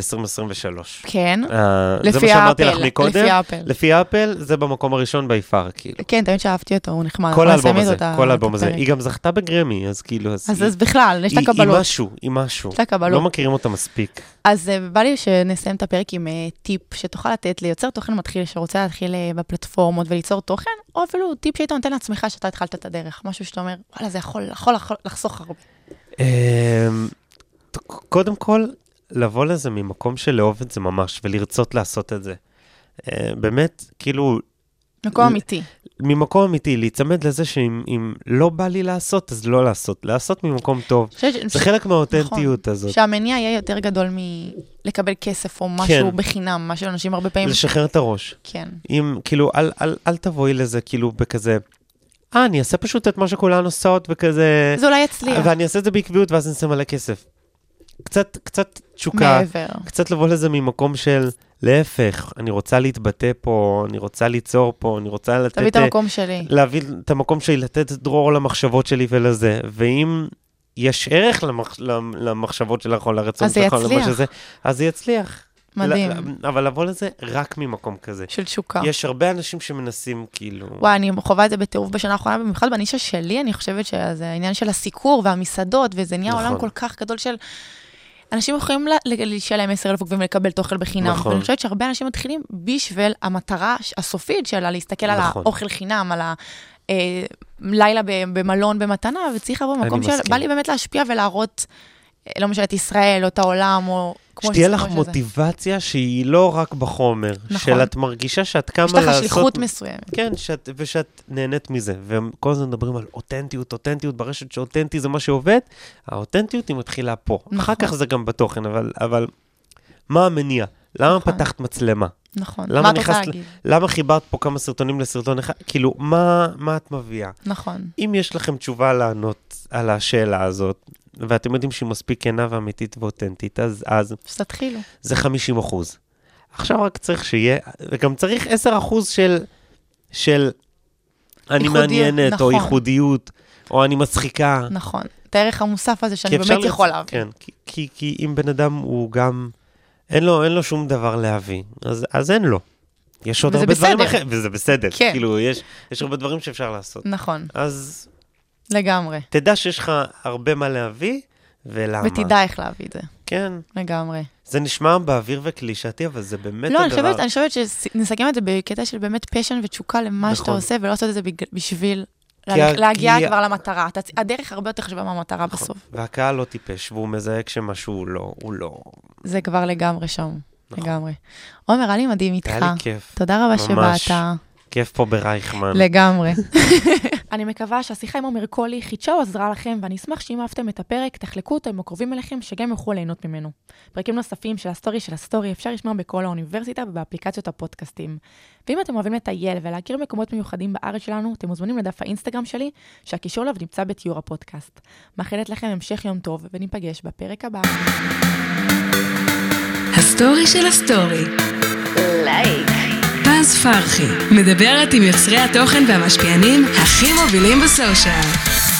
S4: כן,
S5: זה מה
S4: לפי
S5: שאמרתי לך
S4: האפל,
S5: מקודם.
S4: לפי האפל.
S5: לפי האפל, זה במקום הראשון בי פאר, כאילו.
S4: כן, תמיד שאהבתי אותו, הוא נחמד.
S5: כל
S4: אנחנו
S5: האלבום
S4: נסיים
S5: הזה,
S4: איתו את ה-
S5: כל
S4: את
S5: האלבום הזה.
S4: הפרק.
S5: היא גם זכתה בגרמי, אז כאילו...
S4: אז
S5: היא-
S4: אז בכלל, יש לה
S5: היא- היא
S4: קבלות.
S5: משהו, היא משהו.
S4: יש לה
S5: לא
S4: קבלות.
S5: מכירים אותה מספיק.
S4: אז אה, בא לי שנסיים את הפרק עם אה, טיפ שתוכל לתת ליוצר תוכן מתחיל שרוצה להתחיל אה, בפלטפורמות וליצור תוכן, או אפילו טיפ שהיית נותן לעצמך שאתה התחלת את הדרך, משהו שאתה אומר, וואלה, זה יכול, יכול לח- לחסוך הרבה.
S5: אמ, ת- קודם כל, לבוא לזה ממקום של לאהוב את זה ממש, ולרצות לעשות את זה. אה, באמת, כאילו,
S4: מקום
S5: ל-
S4: אמיתי.
S5: ממקום אמיתי, להיצמד לזה שאם אם לא בא לי לעשות, אז לא לעשות. לעשות ממקום טוב.
S4: אני חושבת ש- נכון.
S5: זה חלק מהאותנטיות הזאת.
S4: שהמניע יהיה יותר גדול מלקבל כסף או משהו
S5: כן.
S4: בחינם, מה שאנשים הרבה פעמים...
S5: לשחרר את הראש.
S4: כן.
S5: אם, כאילו, אל, אל, אל תבואי לזה, כאילו, בכזה, אה, אני אעשה פשוט את מה שכולן עושות, וכזה...
S4: זה אולי יצליח
S5: ואני אעשה את זה בעקביות, ואז אני אעשה מלא כסף. קצת, קצת תשוקה,
S4: מעבר.
S5: קצת לבוא לזה ממקום של, להפך, אני רוצה להתבטא פה, אני רוצה ליצור פה, אני רוצה לתת...
S4: תביא את
S5: אה,
S4: המקום שלי.
S5: להביא את המקום שלי, לתת דרור למחשבות שלי ולזה. ואם יש ערך למח, למ- למחשבות שלך או לרצון
S4: אז זה
S5: שלך, או למה
S4: יצליח.
S5: שזה, אז זה יצליח.
S4: מדהים.
S5: ל- אבל לבוא לזה רק ממקום כזה.
S4: של תשוקה.
S5: יש הרבה אנשים שמנסים, כאילו...
S4: וואי, אני חווה את זה בטירוף בשנה האחרונה, במיוחד בנישה שלי, אני חושבת שזה העניין של הסיקור והמסעדות, וזה נהיה
S5: נכון.
S4: עולם כל כך גדול של... אנשים יכולים ל- ל- לשלם 10,000 עוקבים ולקבל תאכל בחינם,
S5: נכון.
S4: ואני חושבת שהרבה אנשים מתחילים בשביל המטרה הש- הסופית שלה, להסתכל על
S5: נכון.
S4: האוכל חינם, על הלילה במלון במתנה, וצריך לבוא במקום של...
S5: מסכים.
S4: בא לי באמת להשפיע ולהראות, אה, לא משנה, את ישראל, או את העולם, או... כמו
S5: שתהיה
S4: ש-
S5: לך
S4: כמו שזה.
S5: מוטיבציה שהיא לא רק בחומר,
S4: נכון.
S5: של את מרגישה שאת קמה
S4: יש לך
S5: לעשות...
S4: שליחות מסוימת.
S5: כן, שאת, ושאת נהנית מזה. והם כל הזמן מדברים על אותנטיות, אותנטיות ברשת, שאותנטי זה מה שעובד, האותנטיות היא מתחילה פה.
S4: נכון.
S5: אחר כך זה גם בתוכן, אבל, אבל מה המניע? למה
S4: נכון.
S5: פתחת מצלמה?
S4: נכון.
S5: למה
S4: מה את רוצה
S5: נכנסת ל-
S4: להגיד?
S5: למה חיברת פה כמה סרטונים לסרטון אחד? כאילו, מה, מה את מביאה?
S4: נכון.
S5: אם יש לכם תשובה לענות על השאלה הזאת, ואתם יודעים שהיא מספיק כנה ואמיתית ואותנטית, אז, אז
S4: אז תתחילו.
S5: זה 50 אחוז. עכשיו רק צריך שיהיה, וגם צריך 10 אחוז של, של אני
S4: ייחודיות,
S5: מעניינת, או
S4: נכון.
S5: ייחודיות, או אני מצחיקה.
S4: נכון. את הערך המוסף הזה
S5: כי
S4: שאני
S5: אפשר
S4: באמת
S5: להיות-
S4: יכול להבין.
S5: כן, כי, כי, כי אם בן אדם הוא גם, אין לו, אין לו שום דבר להביא, אז, אז אין לו. יש עוד
S4: וזה
S5: הרבה דברים
S4: בסדר.
S5: אחרים, וזה בסדר.
S4: כן.
S5: כאילו, יש, יש הרבה דברים שאפשר לעשות.
S4: נכון,
S5: אז
S4: לגמרי.
S5: תדע שיש לך הרבה מה להביא, ולמה.
S4: ותדע איך להביא את זה,
S5: כן.
S4: לגמרי.
S5: זה נשמע באוויר וקלישתי, אבל זה באמת
S4: לא, אני
S5: הדבר.
S4: חושבת, אני חושבת שנסכם את זה בקטע של באמת פשן ותשוקה למה
S5: נכון.
S4: שאתה עושה, ולא לעשות את זה בג- בשביל
S5: כי
S4: לה-
S5: ה-
S4: להגיע
S5: כי ה- נכון.
S4: כבר למטרה. אתה- הדרך הרבה יותר חשובה מהמטרה בסוף.
S5: והקהל לא טיפש, והוא מזהה כשמשהו הוא לא, הוא לא.
S4: זה כבר לגמרי שם, לגמרי. עומר, היה לי מדהים איתך.
S5: נכון. היה לי כיף.
S4: תודה רבה
S5: ממש.
S4: שבאת.
S5: כיף פה ברייכמן.
S4: לגמרי.
S6: אני מקווה שהשיחה עם עומר קולי חידשה או עזרה לכם, ואני אשמח שאם אהבתם את הפרק, תחלקו אותו עם הקרובים אליכם, שגם יוכלו ליהנות ממנו. פרקים נוספים של הסטורי של הסטורי אפשר לשמוע בכל האוניברסיטה ובאפליקציות הפודקאסטים. ואם אתם אוהבים לטייל ולהכיר מקומות מיוחדים בארץ שלנו, אתם מוזמנים לדף האינסטגרם שלי, שהקישור אליו נמצא בתיאור הפודקאסט. מאחלת לכם המשך יום טוב, וניפגש בפרק הבא.
S3: הסטורי של הסטורי.
S2: לייק.
S3: פז פרחי מדברת עם יוצרי התוכן והמשפיענים הכי מובילים בסושיאל.